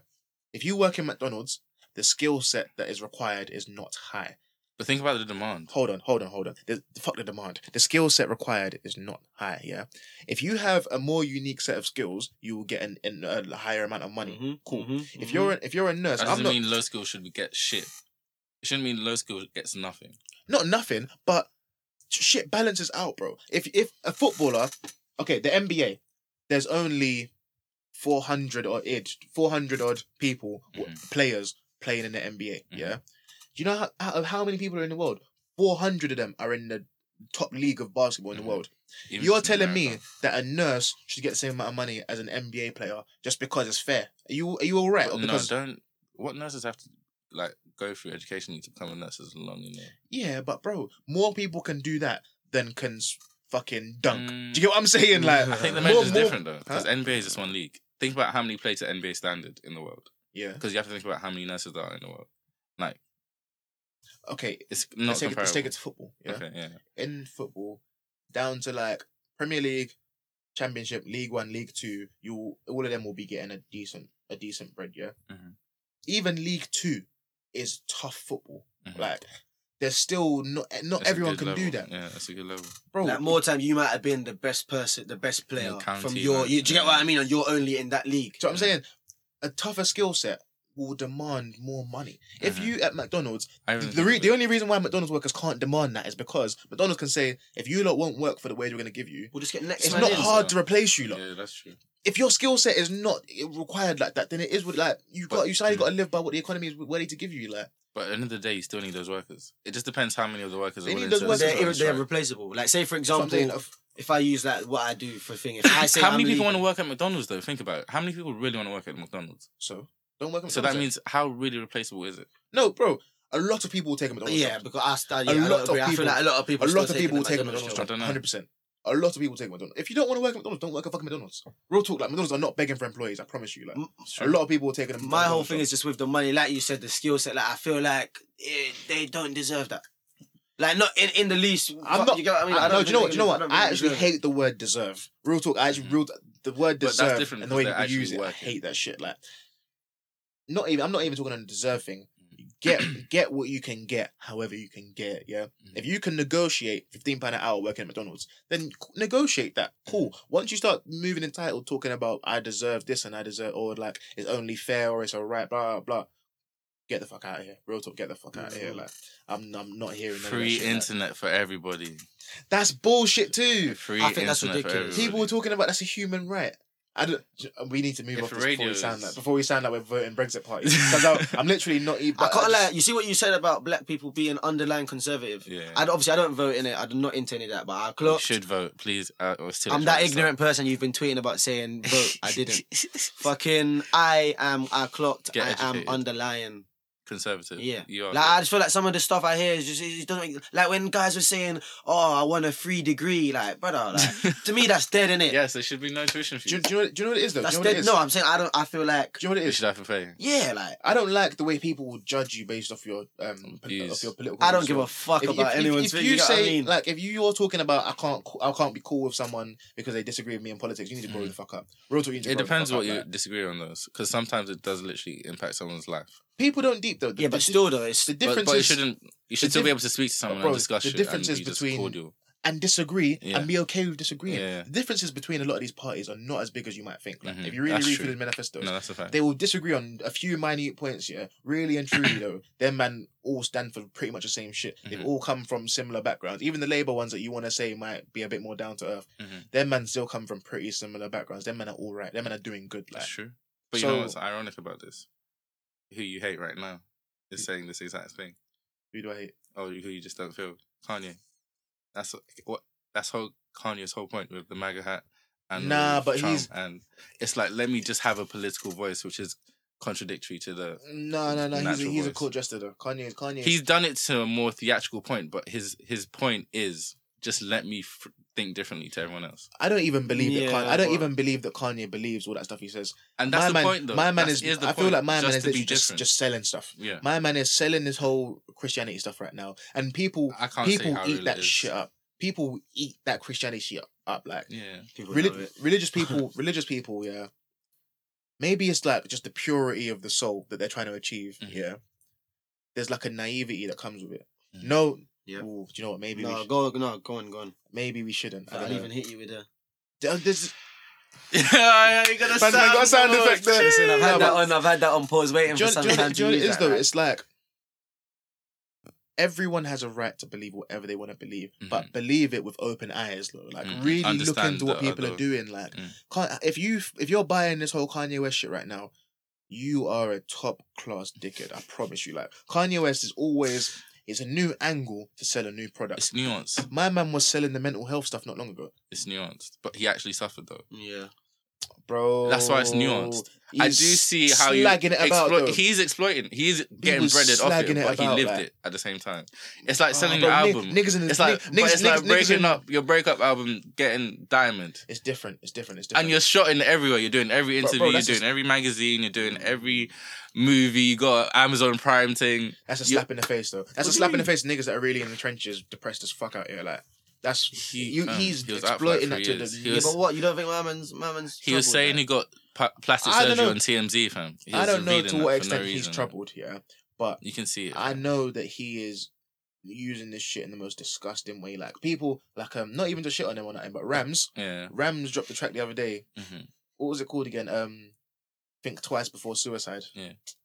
if you work in McDonald's, the skill set that is required is not high.
But think about the demand.
hold on, hold on, hold on. The, fuck the demand. The skill set required is not high. Yeah, if you have a more unique set of skills, you will get an, an, a higher amount of money.
Mhm,
Cool.
mhm,
If
mhm.
you're a, if you're a nurse,
Mm-hmm. That
I'm
doesn't
not
mean low skill should get shit. It shouldn't mean low skill gets nothing.
not nothing, but shit balances out, bro. If if a footballer, okay, the NBA, there's only four hundred odd four hundred odd people w-
Mm-hmm.
players playing in the NBA. Yeah, do you know how out of how many people are in the world? Four hundred of them are in the top league of basketball in the
Mhm.
world.
Even
You're
if it's
telling me
America.
that a nurse should get the same amount of money as an NBA player just because it's fair? Are you are you all right? Or
no,
eh, because
don't. What nurses have to like go through education to become a nurse is long, you know.
yeah, but bro, more people can do that than can s- fucking dunk.
Mm.
Do you get what I'm saying? Like,
I think the
more-
measure is
more-
different though, because NBA is just one league. Think about how many play to NBA standard in the world,
Yeah.
because you have to think about how many nurses there are in the world.
Okay.
It's not
let's, take it,
comparable.
let's take it to football. Yeah.
Okay, yeah.
In football, down to like Premier League, Championship, League One, League Two, you all of them will be getting a decent a decent bread. Yeah.
Mhm.
Even League Two is tough football.
Mhm.
Like, there's still not not
That's a
everyone
good
can
level.
do that,
Yeah, that's a good level.
bro.
Like more time, you might have been the best person, the best player
county,
from your.
like,
You, do you get what
yeah.
I mean? And you're only in that league.
So I'm saying a tougher skill set will demand more money. If
Mhm.
you at McDonald's,
I
the,
even
the,
think
re-
of
the
it.
only reason why McDonald's workers can't demand that is because McDonald's can say, if you lot won't work for the wage we're going to give you,
We'll just get next.
it's
man
not
in.
hard to replace you lot.
Yeah, that's true.
If your skill set is not eh, required like that, then it is with like you got
But-
you sadly
Mhm.
got to live by what the economy is ready to give you. Like
But at the end of the day, you still need those workers. It just depends how many of the workers
They
are
need
willing
those
to.
workers.
They're,
That's
irre-
right.
they're replaceable. Like say for
so I'm
example,
saying, uh, if-
if I use like what I do for thing, if I say
how
I'm
many people want
leaving-
to work at McDonald's though? Think about it. How many people really want to work at McDonald's?
so don't work. at
So that
McDonald's. eh.
means how really replaceable is it?
no, bro. A lot of people will take McDonald's.
Yeah,
jobs.
because I, st-
A
yeah, a
lot
lot
of
I feel
people-
like a lot of people.
a
still
lot of
taking
people will
the
take a
McDonald's
McDonald's
job.
job.
I don't know.
Hundred percent. A lot of people take McDonald's. If you don't want to work at McDonald's, don't work at fucking McDonald's. Real talk, like McDonald's are not begging for employees. I promise you. Like
Mm,
a lot of people will take it.
My whole thing is just with the money, like you said, the skill set. Like I feel like eh, they don't deserve that. Like not in, in the least.
I'm
fuck,
not.
You get what I mean?
I-
I
no,
don't
do you know what?
think
Do you know
they-
what? I
don't think Mm. they
actually
deserve
hate the word deserve. Real talk. I actually real the word
But that's
deserve
different
and the way
because
people
they're
use it.
actually
I hate that shit. Like, not even. I'm not even talking on the deserve thing.
Mm.
Get get what you can get, however you can get. it, Yeah. If you can negotiate fifteen pound an hour working at McDonald's, then c- negotiate that. Cool. Once you start moving entitled, talking about I deserve this and I deserve, or like it's only fair or it's alright, blah blah blah. Get the fuck out of here. Real talk. Get the fuck out of
Mm-hmm.
here. Like, I'm I'm not hearing none of that
Free
shit, like-
internet for everybody.
that's bullshit too.
Free
I think that's
internet
ridiculous.
for everybody.
People were talking about that's a human right. I don't. We need to move
If
off this before we
radio
sound
is-
like before we sound like we're voting Brexit party. 'Cause I'm, I'm literally not even.
that. I can't
just-
lie. You see what you said about black people being underlying conservative.
Yeah.
I obviously I don't vote in it. I'm not into any of that. But I
You
clocked.
should vote, please. Uh, or still
I'm that ignorant person you've been tweeting about saying vote. I didn't. Fucking, I am. I clocked.
Get
I am
educated.
underlying.
Conservative.
Yeah.
You are.
Like I just feel like some of the stuff I hear is just it doesn't make, like when guys were saying, "Oh, I want a free degree," like brother, like to me that's dead in it.
yes, there should be no tuition
Do, you-
fees.
do you know? what- Do you know what it is though?
that's
do you know what it
dead.
is?
No, I'm saying I don't. I feel like
Do you know what it
You
is?
should have to pay.
yeah, like
I don't like the way people will judge you based off your um poli-
Views.
off your political.
I don't
views
give
or-
a fuck
If- if-
about
if-
anyone's.
if,
thing,
you
get what
say
I mean?
like if you are talking about I can't co- I can't be cool with someone because they disagree with me in politics, you need to grow the fuck up. Real talk, you need to
Mm. It
grow the
depends
fuck up,
what you
like.
disagree on those, because sometimes it does literally impact someone's life.
People don't deep though. The-
yeah, but
the-
still though, it's
the
But,
difference
but you
is-
shouldn't. You should
the
still be
diff-
able to speak to someone
Bro,
and discuss
the
it
difference
and
is
be just
between-
cordial.
and disagree
Yeah.
and be okay with disagreeing.
Yeah.
The differences between a lot of these parties are not as big as you might think. Like,
Mhm.
If you really
That's
read
true.
through the manifestos,
No, that's a fact.
they will disagree on a few minute points. Yeah, really and truly though, them man all stand for pretty much the same shit. They've
Mhm.
all come from similar backgrounds. Even the Labour ones that you want to say might be a bit more down to earth.
Mhm.
Them man still come from pretty similar backgrounds. Them men are all right. Them men are doing good. Like
That's true. But you
So-
know what's ironic about this? Who you hate right now is saying this exact thing.
who do I hate?
Oh, who you just don't feel Kanye. That's what. That's whole Kanye's whole point with the MAGA hat. And
Nah,
with
but
Trump,
he's-
and it's like let me just have a political voice, which is contradictory to the.
No, no, no. He's a,
Natural
he's a
voice.
cool jester though. Kanye, Kanye.
He's done it to a more theatrical point, but his his point is just let me f- think differently to everyone else,
I don't even believe
Yeah,
that. Kanye, I don't
but-
even believe that Kanye believes all that stuff he says.
and that's
my
the
man,
point. Though
my man
That's-
is. I feel
point,
like my man
just
is
to be
literally just
different.
just selling stuff.
yeah.
My man is selling this whole Christianity stuff right now, and people
I can't say
people
how real
eat
it
that
is.
shit up. People eat that Christianity shit up. Like
Yeah.
people
reli-
love it.
religious people, religious people, yeah. Maybe it's like just the purity of the soul that they're trying to achieve.
Mhm.
Yeah, there's like a naivety that comes with it.
Mhm.
No,
Yeah.
Ooh, do you know what? Maybe we
No,
sh-
go no, go on, go on.
maybe we shouldn't. I
I'll
don't know.
even hit you with a.
There- there's-
yeah, you gotta
Man, man, got a sound effect there.
Listen, I've
No,
had that
but-
on. I've had that on pause, waiting
Do
for
you know-
some
do you know what
time
do
to
you know what
use
it is
that.
though?
like.
It's like everyone has a right to believe whatever they want to believe, but believe it with open eyes, though. Like
Mhm.
really look
Mm-hmm. Understand
into what
the
people are
other-
doing. Like,
Mm.
can't, if you if you're buying this whole Kanye West shit right now, you are a top class dickhead. I promise you. Like Kanye West is always it's a new angle to sell a new product.
It's nuanced.
My man was selling the mental health stuff not long ago,
It's nuanced, but he actually suffered though.
Yeah.
bro.
That's why it's nuanced. I do
He's
see how you
slagging it about.
exploit-
though.
He's exploiting. He's getting
was
breaded off it,
slagging it
but he
about,
lived
like-
it at the same time. It's like
Oh,
selling
bro,
your
nig-
album.
Niggas in the,
it's like,
niggas,
but it's like
niggas- niggas in-
breaking up your breakup album, getting diamond,
It's different. It's different. It's different.
and you're shotting everywhere. You're doing every
bro,
interview. you're
that's
doing
just-
every magazine. You're doing every movie. You got an Amazon Prime thing.
That's a
You-
slap in the face, though. That's
What
a
do you
slap in the
mean?
face. to Niggas that are really in the trenches, depressed as fuck out here. Like that's
He-
you,
um,
he's
he was out for like
exploiting
three
that to
years.
the.
He
Yeah,
was-
but what you don't think my man's my man's
He was
troubled,
saying
like?
he got pa- plastic
I don't
surgery
know.
on TMZ, fam. He
I
was
don't know
revealing
to
that
what
for
extent
no
he's
reason.
troubled. Yeah, but
You can see it.
I
fam.
know that he is using this shit in the most disgusting way. Like people, like um, not even to shit on him or nothing, but Rams.
Yeah.
Rams dropped the track the other day.
hmm
What was it called again? Um, think twice before suicide.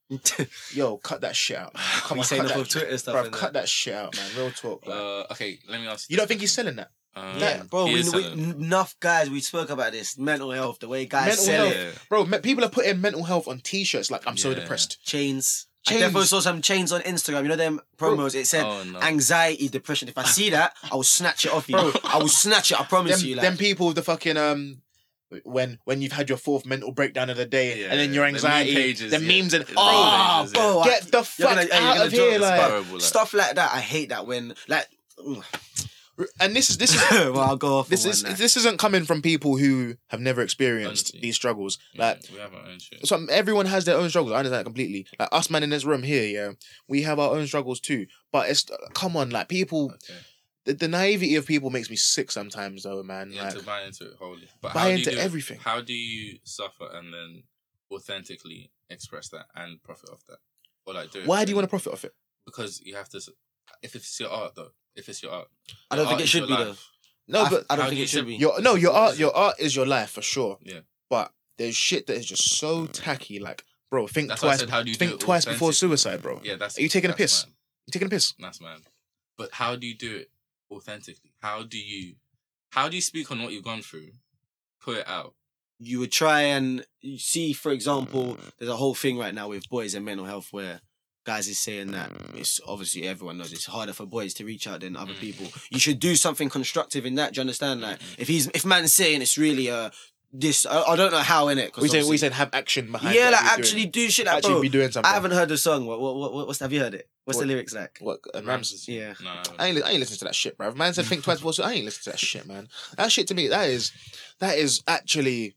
He's
Yo, cut that shit out. Man. Come on,
saying
cut
off
that,
of Twitter stuff.
bruv,
and that.
cut that shit out, man. Real talk. Like.
Uh, okay, let me ask.
you don't think he's selling that?
Um,
Yeah, bro,
he
we,
is
we,
selling.
enough guys. We spoke about this mental health, the way guys
Mental
sell
health.
it,
Yeah.
Bro, me- people are putting mental health on t-shirts like I'm so
Yeah.
depressed.
chains. I
Chains.
definitely saw some chains on Instagram. You know them promos. It said
Oh, no.
anxiety, depression. If I see that, I will snatch it off you. I will snatch it. I promise
Them,
you. Like,
them people with the fucking um when when you've had your fourth mental breakdown of the day
Yeah,
and then your
the meme
anxiety, the,
pages, yeah.
memes and
The meme
oh,
pages,
bro, I-
get the
you're
fuck
gonna- hey, you're
out
gonna
of
joke
here,
us,
like
Horrible, like-
stuff like that. I hate that when like. mm.
and this is this is
well, I'll go off.
this
on
is
one now.
this isn't coming from people who have never experienced
Honestly. Mm.
these struggles.
Yeah,
Like
we have our own shit.
so everyone has their own struggles. I understand that completely. Like us man in this room here, yeah, we have our own struggles too. But it's come on, like people
Okay.
the, the naivety of people makes me sick sometimes though, man.
Yeah,
like
to buy into it wholly. But
buy
how do you
into
do it?
everything.
How do you suffer and then authentically express that and profit off that? Or like do it
why do you want to profit off it?
Because you have to. s- If it's your art, though, if it's your art,
I don't
Your
think
art
it
is
should
your
be though.
life.
No,
I-
but
I don't
How do
think
you
it should
separate-
be.
Your no, your art, your art is your life for sure.
Yeah.
But there's shit that is just
Mm.
so tacky. Like, bro, think
That's why I
twice.
said, how do you do
think
it
twice before
authentically?
suicide, bro.
Yeah, that's.
Are you taking a
that's
piss?
mad.
You taking a piss?
That's man. But how do you do it authentically? How do you, how do you speak on what you've gone through, put it out?
you would try and you see, for example,
Mm.
there's a whole thing right now with boys and mental health where guys is saying that
Mm.
it's obviously everyone knows it's harder for boys to reach out than other
Mm.
people. You should do something constructive in that. Do you understand? Like if he's if man's saying it's really uh this, I, I don't know how in it.
We said we said have action behind.
yeah,
what
like
you're doing.
actually do shit like
actually
bro.
be doing something.
I haven't heard the song. What what, what what's have you heard it? What's
What?
the lyrics like?
What uh, Ramses?
Yeah.
No, no, no.
I ain't, li- I ain't listening to that shit, bruv. Man said think twice before. suicide. I ain't listening to that shit, man. That shit to me, that is, that is actually,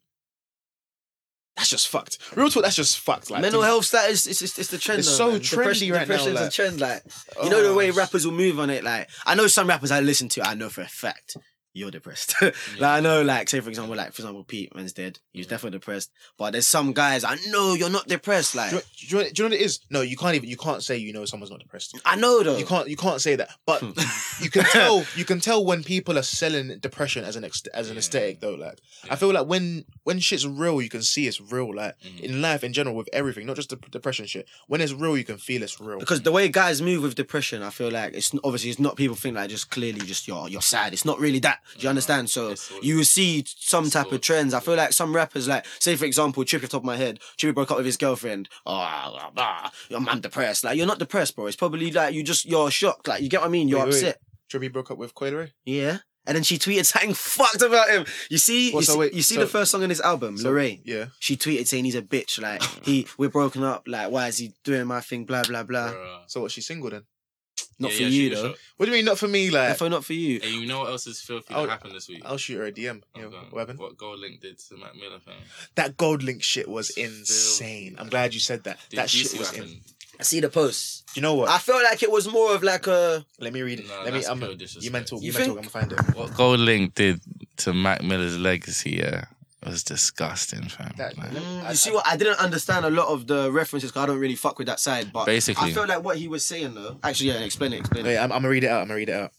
that's just fucked. Real talk, that's just fucked. Like
Mental
to-
health status it's, it's, it's the trend.
It's
though,
so
man.
trendy right now,
Depression's
like-
a trend. Like
oh,
You know the way rappers will move on it. Like I know some rappers I listen to. I know for a fact you're depressed. like I know, like say for example, like for example, Pete man's dead.
Mm.
He's
Yeah.
definitely depressed. But there's some guys I know you're not depressed. Like
Do you, do, you, do you know what it is? No, you can't even. You can't say you know someone's not depressed.
I know though.
You can't. You can't say that. But
Hmm.
you can tell. You can tell when people are selling depression as an ex- as an
Yeah.
aesthetic, though. Like
Yeah.
I feel like when when shit's real, you can see it's real. Like
Mhm.
in life, in general, with everything, not just the depression shit. When it's real, you can feel it's real.
because the way guys move with depression, I feel like it's obviously it's not people think like just clearly just you're you're sad. It's not really that. Do you
No,
understand? So
it's all-
you will see some
it's
type
all-
of trends. I feel like some rappers, like say for example, Trippie off the top of my head, Trippie broke up with his girlfriend. Oh, ah, ah, I'm, I'm depressed. Like you're not depressed, bro. It's probably like you just you're shocked. Like you get what I mean? You're
Wait, wait.
upset.
Trippy broke up with Coilery.
Yeah. And then she tweeted something fucked about him. You see,
Well,
you
so
see,
wait,
you see
so-
the first song in his album, Lorraine.
Yeah.
She tweeted saying he's a bitch. Like he, we're broken up. Like why is he doing my thing? Blah blah blah.
Bruh.
So what? She's single then?
uh, Not
Yeah,
for
yeah,
you
shoot your
though.
shot.
What do you mean not for me? Like
Definitely not for you.
And you know what else is filthy
Oh,
that happened this week?
I'll shoot her a DM.
Oh,
Yeah,
God.
what happened?
What Gold Link did to Mac Miller, fam.
That gold link shit was
Filthy.
insane. I'm glad you said that.
Did
that
you
shit
see
was
what
in.
happened?
I see the posts.
You know what?
I felt like it was more of like a.
Let me read. it.
No,
Let me.
that's
I'm.
pure
You
disrespect.
meant talk.
You
You meant talk. I'm
think?
gonna find it.
What Gold Link did to Mac Miller's legacy, yeah, was disgusting, fam.
That-
Like,
that-
Mm,
I-
you see
I-
what? I didn't understand a lot of the references. 'cause I don't really fuck with that side. But
Basically.
I felt like what he was saying though. Actually, yeah. Explain it. Explain it.
Wait, I'm, I'm gonna read it out. I'm gonna read it out.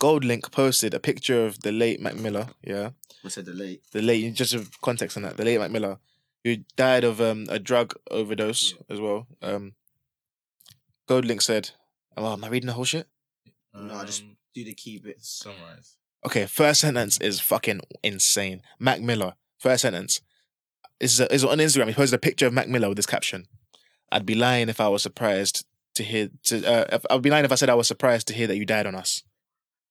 Gold Link posted a picture of the late Mac Miller. Yeah,
I said the late.
the late. Just a context on that. The late Mac Miller, who died of um, a drug overdose as well. Um, Gold Link said, "Oh, am I reading the whole shit?"
No, I just
um,
do the key bits.
summarize.
Okay, first sentence is fucking insane. Mac Miller. First sentence. This is, a, is on Instagram. He posted a picture of Mac Miller with this caption. I'd be lying if I was surprised to hear. To uh, if- I'd be lying if I said I was surprised to hear that you died on us.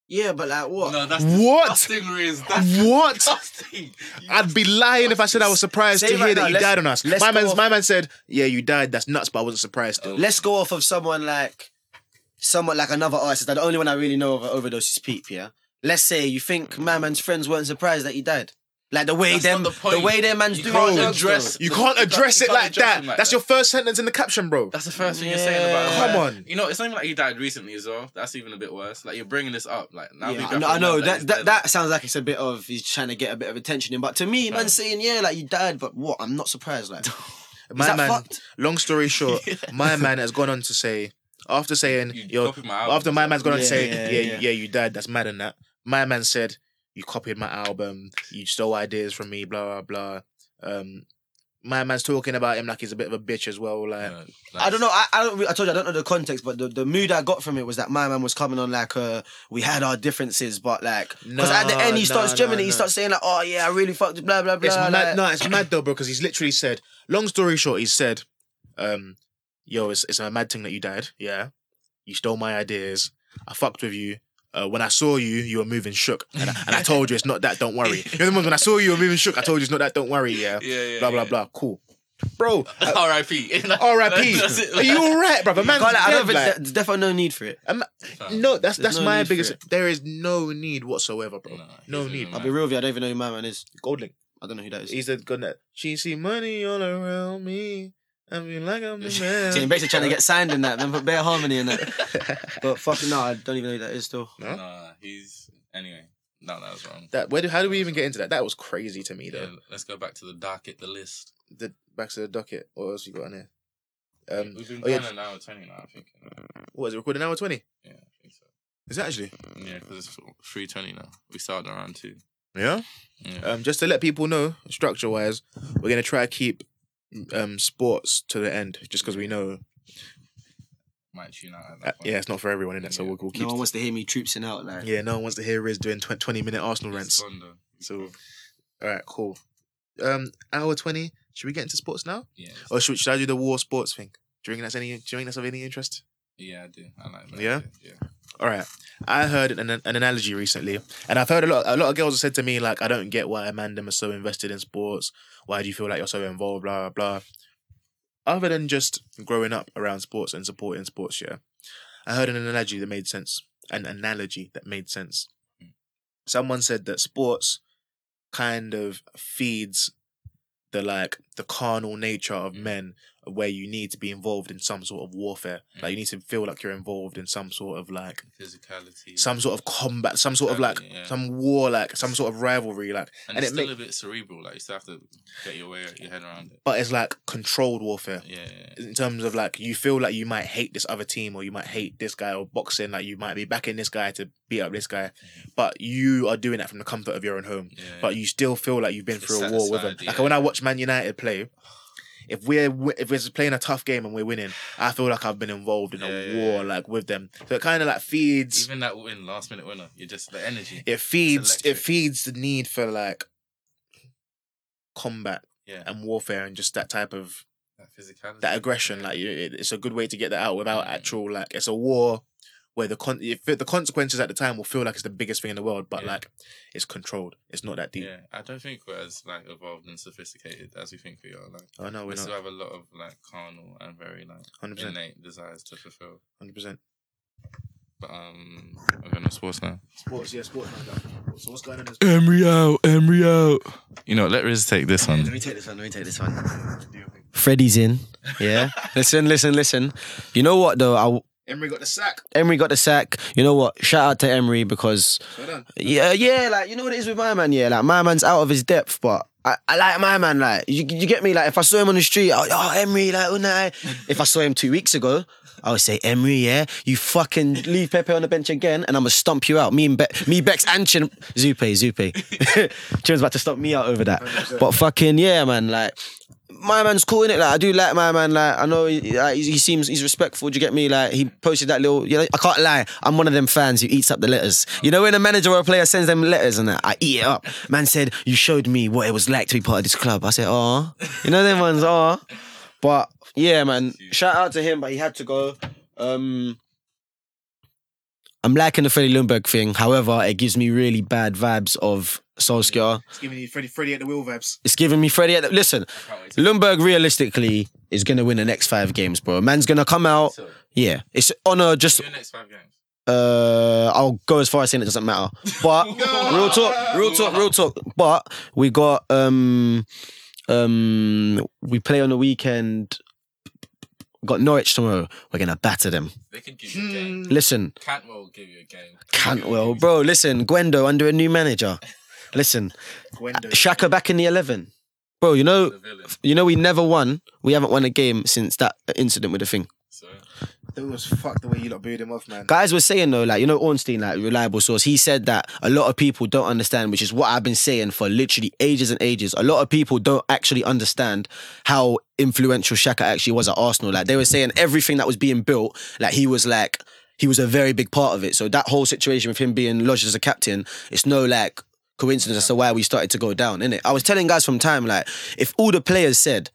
Yeah, but like what?
No, that's
What?
disgusting, Riz. That's
What?
disgusting.
I'd be lying if I said I was surprised
Say
to
it
hear
right
that
now,
you
let's-
died on us.
let's
My
go
man,
off- Oh,
my man said, "Yeah, you died. That's nuts, but I wasn't surprised." To.
Let's go off of someone like someone like another artist. Like the only one I really know of an overdose is Peep, yeah. Let's say you
Mm.
think my man's friends weren't surprised that he died. Like the way
That's
them
not the
the,
point.
way their man's
You
doing
can't
drugs,
address-
you
You
can't
can't-
address
you
it
can't
like
address
that.
him like
That's
that.
your first sentence in the caption, bro.
That's the first thing you're saying about.
Yeah.
Come on.
You know, it's not even like he died recently as well. That's even a bit worse. Like you're bringing this up. Like now
though.
people
Yeah, I
have
know, I know.
to remember
That,
he's
that
dead.
that sounds like it's a bit of he's trying to get a bit of attention in. But to me, man's saying yeah, like you died, but what? I'm not surprised. Like is
my
that
man.
fucked?
Long story short, my man has gone on to say, after saying,
You
"Yo,
copied my album.
after my man's gone on to
Yeah,
say, yeah
yeah,
yeah,
yeah.
you died. That's mad and that." My man said, "You copied my album. You stole ideas from me. Blah blah blah." Um, my man's talking about him like he's a bit of a bitch as well. Like,
Yeah,
I don't know. I, I don't. re- I told you I don't know the context, but the, the mood I got from it was that my man was coming on like uh we had our differences, but like because at the
No,
end he
no,
starts
no,
Gemini, he
no.
starts saying like oh yeah, I really fucked blah blah blah.
it's mad.
like-
no, it's mad though, bro, because he's literally said. Long story short, he said, um, "Yo, it's it's a mad thing that you died. Yeah, you stole my ideas. I fucked with you." Uh, when I saw you, you were moving shook, and I, and I told you it's not that. Don't worry. You know the ones when I saw you, you were moving shook. I told you it's not that. Don't worry. Yeah.
Yeah, yeah.
blah blah
yeah.
blah. Cool. bro. uh,
R.I.P.
R.I.P.
That's it.
Are you alright, brother? Man,
Can't lie, I
dead,
don't think
like.
there's definitely no need for it.
no, that's
There's
that's
no
my
need for
biggest.
it.
There is no need whatsoever, bro. No need.
I'll be real with you. I don't even know who my man is.
Goldlink.
I don't know who that is.
He's the good net. She see money all around me. I mean, like I'm the
So you're
man.
basically trying to get signed in that, man. Put bare harmony in that. But fucking no, I don't even know who that is. Still,
Huh?
Nah, he's anyway. No, that was wrong.
that where do how do we even get into that? That was crazy to me though.
Yeah, let's go back to the docket, the list.
The back to the docket. What else you got in here? Um,
We've been
oh, yeah.
going an hour twenty now. I think.
what is it? Recording hour twenty.
Yeah, I think so.
Is it actually?
Yeah, because it's three twenty now. We started around two.
Yeah.
Yeah.
Um, just to let people know, structure wise, we're gonna try to keep um sports to the end, just because we know.
Might tune out at
Uh,
that point.
yeah, it's not for everyone in it, so we'll, we'll keep.
no one wants to hear me troopsing out. Like,
yeah, no one wants to hear Riz doing tw- twenty minute Arsenal rants.
It's fun, though. It's
So-
fun.
All right, cool. Um, hour twenty. Should we get into sports now,
yeah, it's-
or Oh, should, should I do the war sports thing? Do you think that's any? Do you think that's of any interest?
yeah, I do. I like that.
Yeah?
yeah.
All right. I heard an, an analogy recently, and I've heard a lot. A lot of girls have said to me like, "I don't get why Amanda is so invested in sports. Why do you feel like you're so involved? Blah blah." blah." Other than just growing up around sports and supporting sports, yeah, I heard an analogy that made sense. An analogy that made sense. Someone said that sports kind of feeds the like the carnal nature of men where you need to be involved in some sort of warfare like you need to feel like you're involved in some sort of like
Physicality.
some sort of combat, some sort of like
Exactly, yeah.
some war, like some sort of rivalry, like.
and,
and
it's
it
still a bit cerebral. Like you still have to get your way, your head around it.
But it's like controlled warfare
Yeah, yeah, yeah.
in terms of like you feel like you might hate this other team or you might hate this guy or boxing, like you might be backing this guy to beat up this guy, but you are doing that from the comfort of your own home.
Mm-hmm. yeah.
But you still feel like you've been
It's
through a war with them.
satisfied,
Like
yeah.
when I watch Man United play. If we're wi- if we're playing a tough game and we're winning, I feel like I've been involved in a
Yeah, yeah,
war
yeah.
like with them. So it kind of like feeds
even that win, last minute winner, you're just the energy.
it feeds it
electric.
feeds the need for like combat
Yeah,
and warfare and just that type of
that physicality.
um, that aggression like you- it, it's a good way to get that out without
Mhm.
actual like it's a war where the con you feel- the consequences at the time will feel like it's the biggest thing in the world but
Yeah.
like it's controlled it's not that deep
Yeah, I don't think we're as like evolved and sophisticated as we think we are. Like
oh no
we
we're
still
not
have a lot of like carnal and very like
100%
innate desires to fulfill.
100%
But um, we're going to sports now.
sports yeah sports so what's going on
Emery out, Emery out. You know, let Riz take this
Let
one.
me take this one. Let me take this one. Freddie's in. Yeah. listen, listen, listen. You know what though? I,
Emery got the sack
Emery got the sack. You know what? Shout out to Emery because
well done
yeah, yeah, like you know what it is with my man. Yeah, like my man's out of his depth, but. I, I like my man, like you, you get me. Like if I saw him on the street, I, oh Emery, like oh no. If I saw him two weeks ago, I would say Emery, yeah, you fucking leave Pepe on the bench again, and I'm gonna stump you out. Me and Be- me Bex and Chin Zupe, Zupe. Chin's about to stump me out over that. But fucking yeah, man, like my man's cool in it. Like I do like my man. Like I know he, like, he he seems he's respectful. Do you get me? Like he posted that little. You know, I can't lie. I'm one of them fans who eats up the letters. You know when a manager or a player sends them letters and that, I eat it up. Man said you showed me what it was like to be part of this club. I said, ah, you know them ones are. But yeah, man. Shout out to him, but he had to go. Um, I'm liking the Freddie Lundberg thing. However, it gives me really bad vibes of Solskjaer.
it's giving you Freddie Freddie at the wheel vibes
It's giving me Freddie. At the, listen,
Can't wait to
Lundberg realistically is gonna win the next five games, bro. Man's gonna come out.
so,
Yeah, it's on a just.
your next five games.
Uh, I'll go as far as saying it doesn't matter. But real talk, real talk, real talk. But we got um, um, we play on the weekend. Got Norwich tomorrow. We're gonna batter them.
They could give you a
Mm.
game.
Listen,
Cantwell will give you a game.
Hmm. Cantwell, bro. Listen, Gwendo under a new manager. Listen,
Gwendo
Shaka back in the eleven, bro. You know,
The villain.
you know, we never won. We haven't won a game since that incident with the thing.
So
it was fucked the way you lot booed him off man
Guys were saying though, like you know, Ornstein, like reliable source. He said that a lot of people don't understand, which is what I've been saying for literally ages and ages. A lot of people don't actually understand how influential Shaka actually was at Arsenal. Like they were saying everything that was being built, like he was like he was a very big part of it. So that whole situation with him being lodged as a captain, it's no like coincidence as to why we started to go down, innit? I was telling guys from time, like, if all the players said,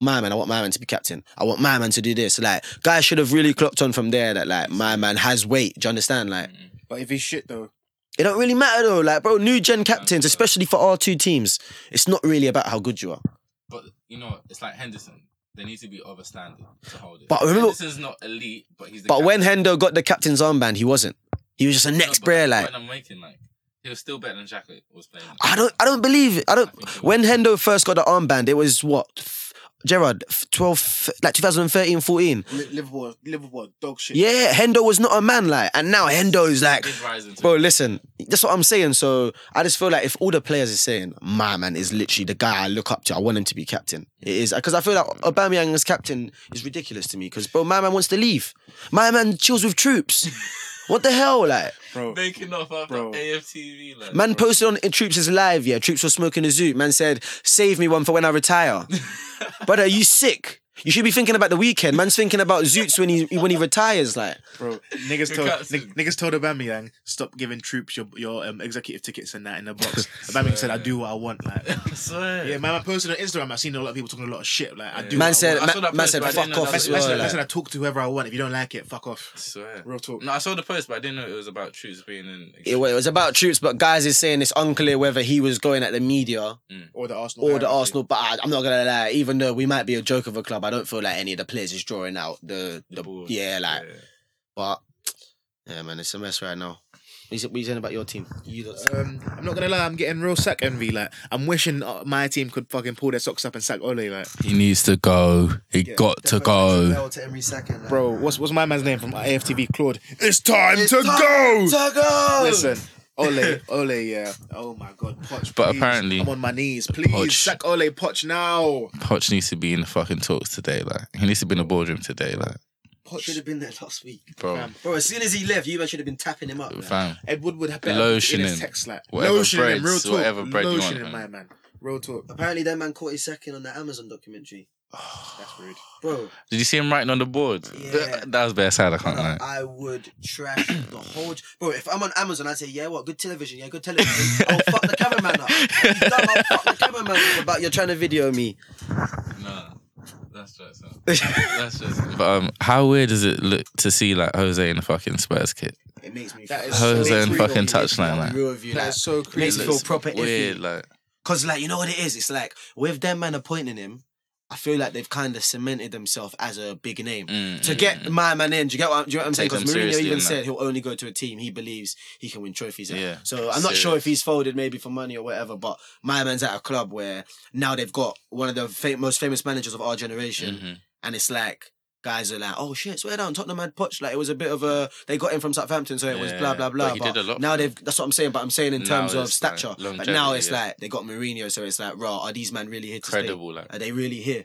my man, I want my man to be captain. I want my man to do this. Like, guys should have really clocked on from there that, like, my man has weight. Do you understand? Like,
but if he's shit though
it don't really matter though. Like, bro, new gen captains, especially for our two teams, it's not really about how good you are.
But you know, it's like Henderson. There needs to be other standard to hold it.
But remember-
Henderson's not elite, but he's. The
But when
captain.
Hendo got the captain's armband, he wasn't. He was just a
No,
next
but
player.
that's
Like
the point I'm making like he was still better than Xhaka was playing.
I don't, I don't believe it. I don't.
I think so.
When Hendo first got the armband, it was what F- Gerard f- 12, f- like 2013, 14.
Li- Liverpool, Liverpool, dog shit.
Yeah, Hendo was not a man, like, and now Hendo's
He
like.
did rise into
Bro, listen, that's what I'm saying. So I just feel like if all the players are saying, my man is literally the guy I look up to, I want him to be captain. It is because I feel like Aubameyang as captain is ridiculous to me. Because bro, my man wants to leave. My man chills with troops. what the hell, like?
bro.
Making off after
Bro.
AFTV, like.
Man posted on Troops' live, yeah. Troops was smoking a zoo. Man said, save me one for when I retire. Brother, are you sick? You should be thinking about the weekend. Man's thinking about Zoots when he when he retires. Like,
Bro, niggas
Your
told
captain.
n- niggas told Aubameyang stop giving troops your your um, executive tickets and that in the box. Aubameyang said, "I do what I want." Like,
I swear.
yeah, man, I posted on Instagram. I've seen a lot of people talking a lot of shit. Like, I do.
man
what
said,
I, want.
I saw
man,
that
man
post,
said,
but I
fuck
didn't know
off
I,
as
said-
that-
I,
well.
said- I
like.
said, I talk to whoever I want. If you don't like it, fuck
I
off.
swear.
Real talk.
No, I saw the post, but I didn't know it was about troops being in.
It wa- it was about troops, but guys is saying it's unclear whether he was going at the media
Or the Arsenal.
or the
hierarchy.
Arsenal. But I, I'm not gonna lie, even though we might be a joke of a club, I don't feel like any of the players is drawing out the, the,
board.
yeah, like.
Yeah.
But yeah, man, it's a mess right now. What you saying about your team? You lot-
Um, I'm not gonna lie, I'm getting real sack envy. Like, I'm wishing uh, my team could fucking pull their socks up and sack Ole. Like,
He needs to go. He
Yeah,
got to
definitely
go.
Bell to Emery second, like.
bro, what's what's my man's name from AFTV? Claude. It's time
It's
to
time
go.
to go!
Listen. Ole, Ole, yeah. Oh my God, Poch.
But
please.
apparently-
I'm on my knees. Please
Poch.
sack Ole Poch now.
Poch needs to be in the fucking talks today. Like he needs to be in the boardroom today. Like
should have been there last week,
bro,
Fam.
bro. As soon as he left, you man should have been tapping him up. man.
fam.
Ed Woodward had better
Lotion
in his
him.
text like
Whatever
lotion him, real
breads,
talk.
whatever bread you
lotion
want,
him, my
man.
man. Real talk.
Apparently, that man caught his second on the Amazon documentary,
That's rude.
bro.
Did you see him writing on the board?
Yeah.
That was bare sad. I can't lie.
I would trash the whole. Bro, if I'm on Amazon, I'd say, yeah, what? Good television. Yeah, good television. I'll fuck the cameraman up. I'll be dumb, I'll fuck the cameraman up.
About you're trying to video me.
Nah, that's just that's just. But um, how weird does it look to see like Jose in the fucking Spurs kit?
It makes me.
That
feel-
is so
Jose
weird.
and fucking touchline like.
Real review.
That
Like,
is so
makes
crazy.
me
It
feel
looks
proper iffy.
weird. Like
Cause like you know what it is? It's like with them man appointing him, I feel like they've kind of cemented themselves as a big name.
mm,
To
mm,
get my man in, do you get what, do you get what I'm saying?
Take
Because
them
Mourinho
seriously
even
in that.
said he'll only go to a team he believes he can win trophies at.
Yeah.
So I'm not sure if he's folded maybe for money or whatever, but my man's at a club where now they've got one of the fa- most famous managers of our generation.
mhm.
and it's like guys are like, oh shit, swear down, Tottenham had Poch. Like it was a bit of a they got him from Southampton, so it was
Yeah,
blah blah blah.
but he did a lot
now
for
they've that's what I'm saying, but I'm saying in
Now
terms of
it's like
stature. but
longevity,
now it's
yeah.
like they got Mourinho, so it's like, rah, are these men really here to
credible. Like
stay? Are they really here?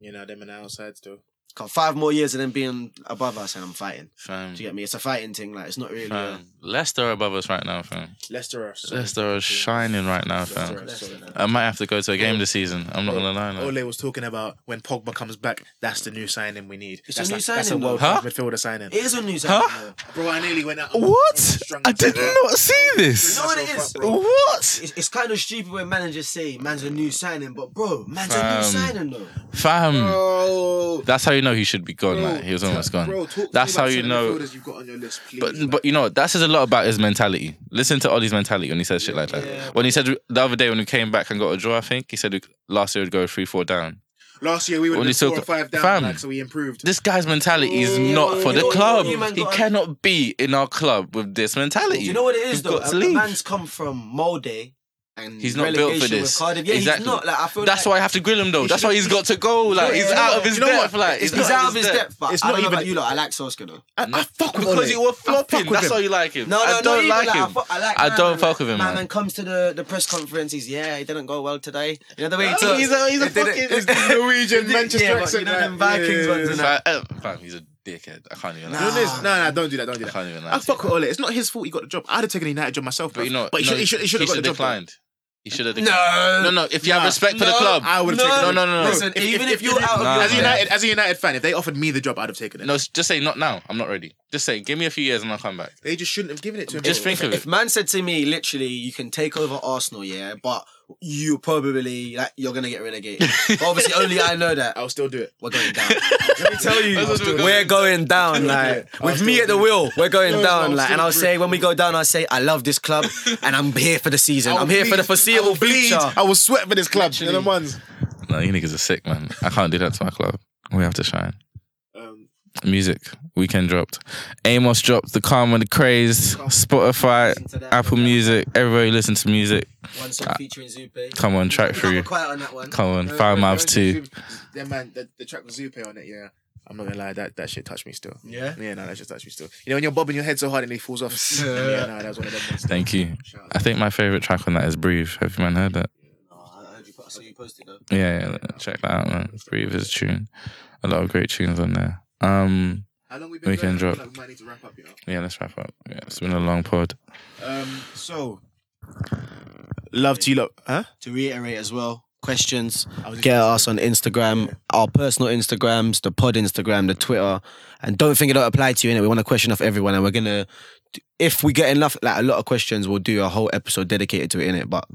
You know them and the outside still.
Got five more years of them being above us, and I'm fighting.
fam.
Do you get me? It's a fighting thing. Like it's not really. A,
fam. Leicester are above us right now, fam.
Leicester are so
Leicester are shining right now,
Leicester
fam.
are so-
I might have to go to a game this season. I'm not gonna lie. Like.
Ole was talking about when Pogba comes back. That's the new signing we need.
It's
that's
a new
like- That's a
signing, though.
world
Huh?
class midfielder signing.
it is on news.
Huh?
Huh?
Bro, I nearly went out.
What? I did not see
You
this.
know what it is?
What?
It's, it's kind of stupid when managers say man's a new signing, but bro, man's a new
Fam.
signing though.
Fam.
Bro,
That's how you know he should be gone.
bro,
Like he was almost
ta-
gone.
Bro, talk to me
That's
about
how you
centre
know-
midfielders you've got on your list, please.
But but you know what? That says a lot about his mentality. Listen to Ollie's mentality when he says shit like that. When he said the other day when he came back and got a draw, I think he said last year would go three four down.
last year we were
When
been
you
four
talk-
or five down,
Fam.
like, so we improved.
This guy's mentality is
Yeah,
not
well,
for
you
the
know what-
club.
you man
He
got-
cannot be in our club with this mentality.
You know what it is
You've
though.
got
A,
to
a
leave.
man's come from Molde, and
He's not built
relegation
for
with
this.
Cardiff. Yeah,
exactly.
he's not. Like I feel
That's
like
why I have to grill him though.
He
That's why he's
should've-
got to go. Like
Yeah,
he's
you know
out
what?
of his
You know
depth.
what?
Like
He's
he's
not
out of his depth. But
It's
I
not
don't know
even-
about you lot. I like Solskjaer though.
I, I fuck with
Because
Ole.
you were
I
flopping.
fuck with
That's
him.
why you like him.
No, no,
I don't
no,
like
even,
him.
Like, I, fu- I, like
I
my
don't
man,
fuck
like,
with him,
My
man.
man comes to the, the press conference. He's yeah, it didn't go well today. You know the way he
Oh,
took.
he's a, he's a
They did it-
fucking Norwegian Manchester
Yeah, but
accent,
you know
like,
them Vikings
yeah.
ones and
Fam, uh, fam, he's a dickhead. I can't even.
You know
lie.
this? No, no, don't do that. Don't do
I
that.
can't even. lie
I
to
fuck
you.
with Ole. It's not his fault he got the job. I'd have taken him out of job myself.
But you know,
but he
no,
should, he should, he should have got the job.
should've
though.
declined. He should have declined.
No.
No, no. If you have
Nah.
respect for the
No.
club,
I would have
No.
taken
no,
it.
no, no, no.
Listen,
If-
even
if-
if,
if
you're
you-
out of
Nah,
your
As a
man.
United, as a United fan, if they offered me the job, I'd have taken it.
no, just say not now. I'm not ready. Just say give me a few years and I'll come back.
They just shouldn't have given it to him.
Just think of
if
it.
man said to me, literally, you can take over Arsenal, yeah, but you probably like you're gonna get relegated. But obviously, only I know that
I'll still do it.
we're going down.
Let me tell you.
We're going down, like with me at the wheel. We're going
No,
down,
no,
like, and I'll say when we go down, I say I love this club, and I'm here for the season. I'm here for the foreseeable future.
I will sweat for this club. You're the ones.
No, you niggas are sick, man. I can't do that to my club. We have to shine.
Um,
Music. Weekend dropped. Amos dropped. The Calm and the Craze. Spotify. Apple Music. Everybody listen to music.
One song featuring Zupe.
Come on, track through.
quiet on that one.
Come on, Five Mouths too.
Yeah, man, the, the track with Zupe on it, yeah. I'm not gonna lie, that, that shit touched me still.
Yeah?
Yeah, no, that shit touched me still. You know, when you're bobbing your head so hard and it falls off. yeah, no, that was one of them ones.
Thank you. I think my favorite track on that is Breathe. Have you man heard that?
Oh, I heard you put- I saw you posted though.
Yeah, yeah, check that out, man. Breathe is a tune. A lot of great tunes on there. Um,
How long we
been Weekend going? I feel drop.
we might need to wrap up, you know.
yeah, let's wrap up. Yeah, it's been a long pod.
Um, so, love to you, lot. Huh?
To reiterate as well, questions.
I was-
Get us on Instagram, our personal Instagrams, the pod Instagram, the Twitter, and don't think it don't apply to you. Innit? We want to question off everyone, and we're gonna, if we get enough, like a lot of questions, we'll do a whole episode dedicated to it. In it, but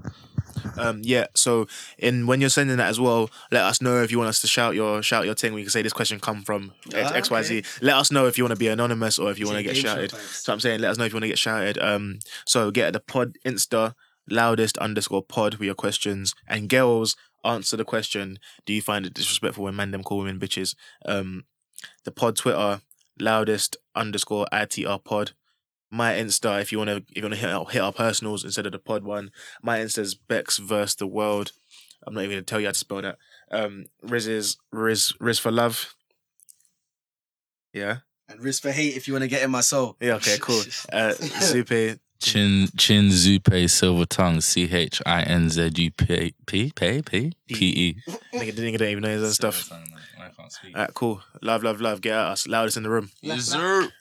Um, yeah. So, in when you're sending that as well, let us know if you want us to shout your shout your thing. We can say this question come from X
Ah,
X, Y, Z. Let us know if you want to be anonymous or if you want to get
game show
shouted.
vibes.
So I'm saying, let us know if you want to get shouted. Um, so get the pod Insta loudest underscore pod with your questions and girls answer the question. Do you find it disrespectful when men them call women bitches? Um, the pod Twitter loudest underscore itr pod. My Insta, if you wanna if you wanna hit our, hit our personals instead of the pod one, my Insta's Bex versus the world. I'm not even gonna tell you how to spell that. Um, Riz is Riz Riz for love. Yeah.
and risk for hate if you want to get in my soul.
Yeah. Okay. Cool. Uh, Zupe.
Chin Chin Zupe Silver Tongue C H I N Z U P P P P P E.
Nigga, nigga don't even know his own stuff. Uh,
I can't speak.
All right. Cool. Love, love, love. Get at us. Loudest in the room.
Dessert.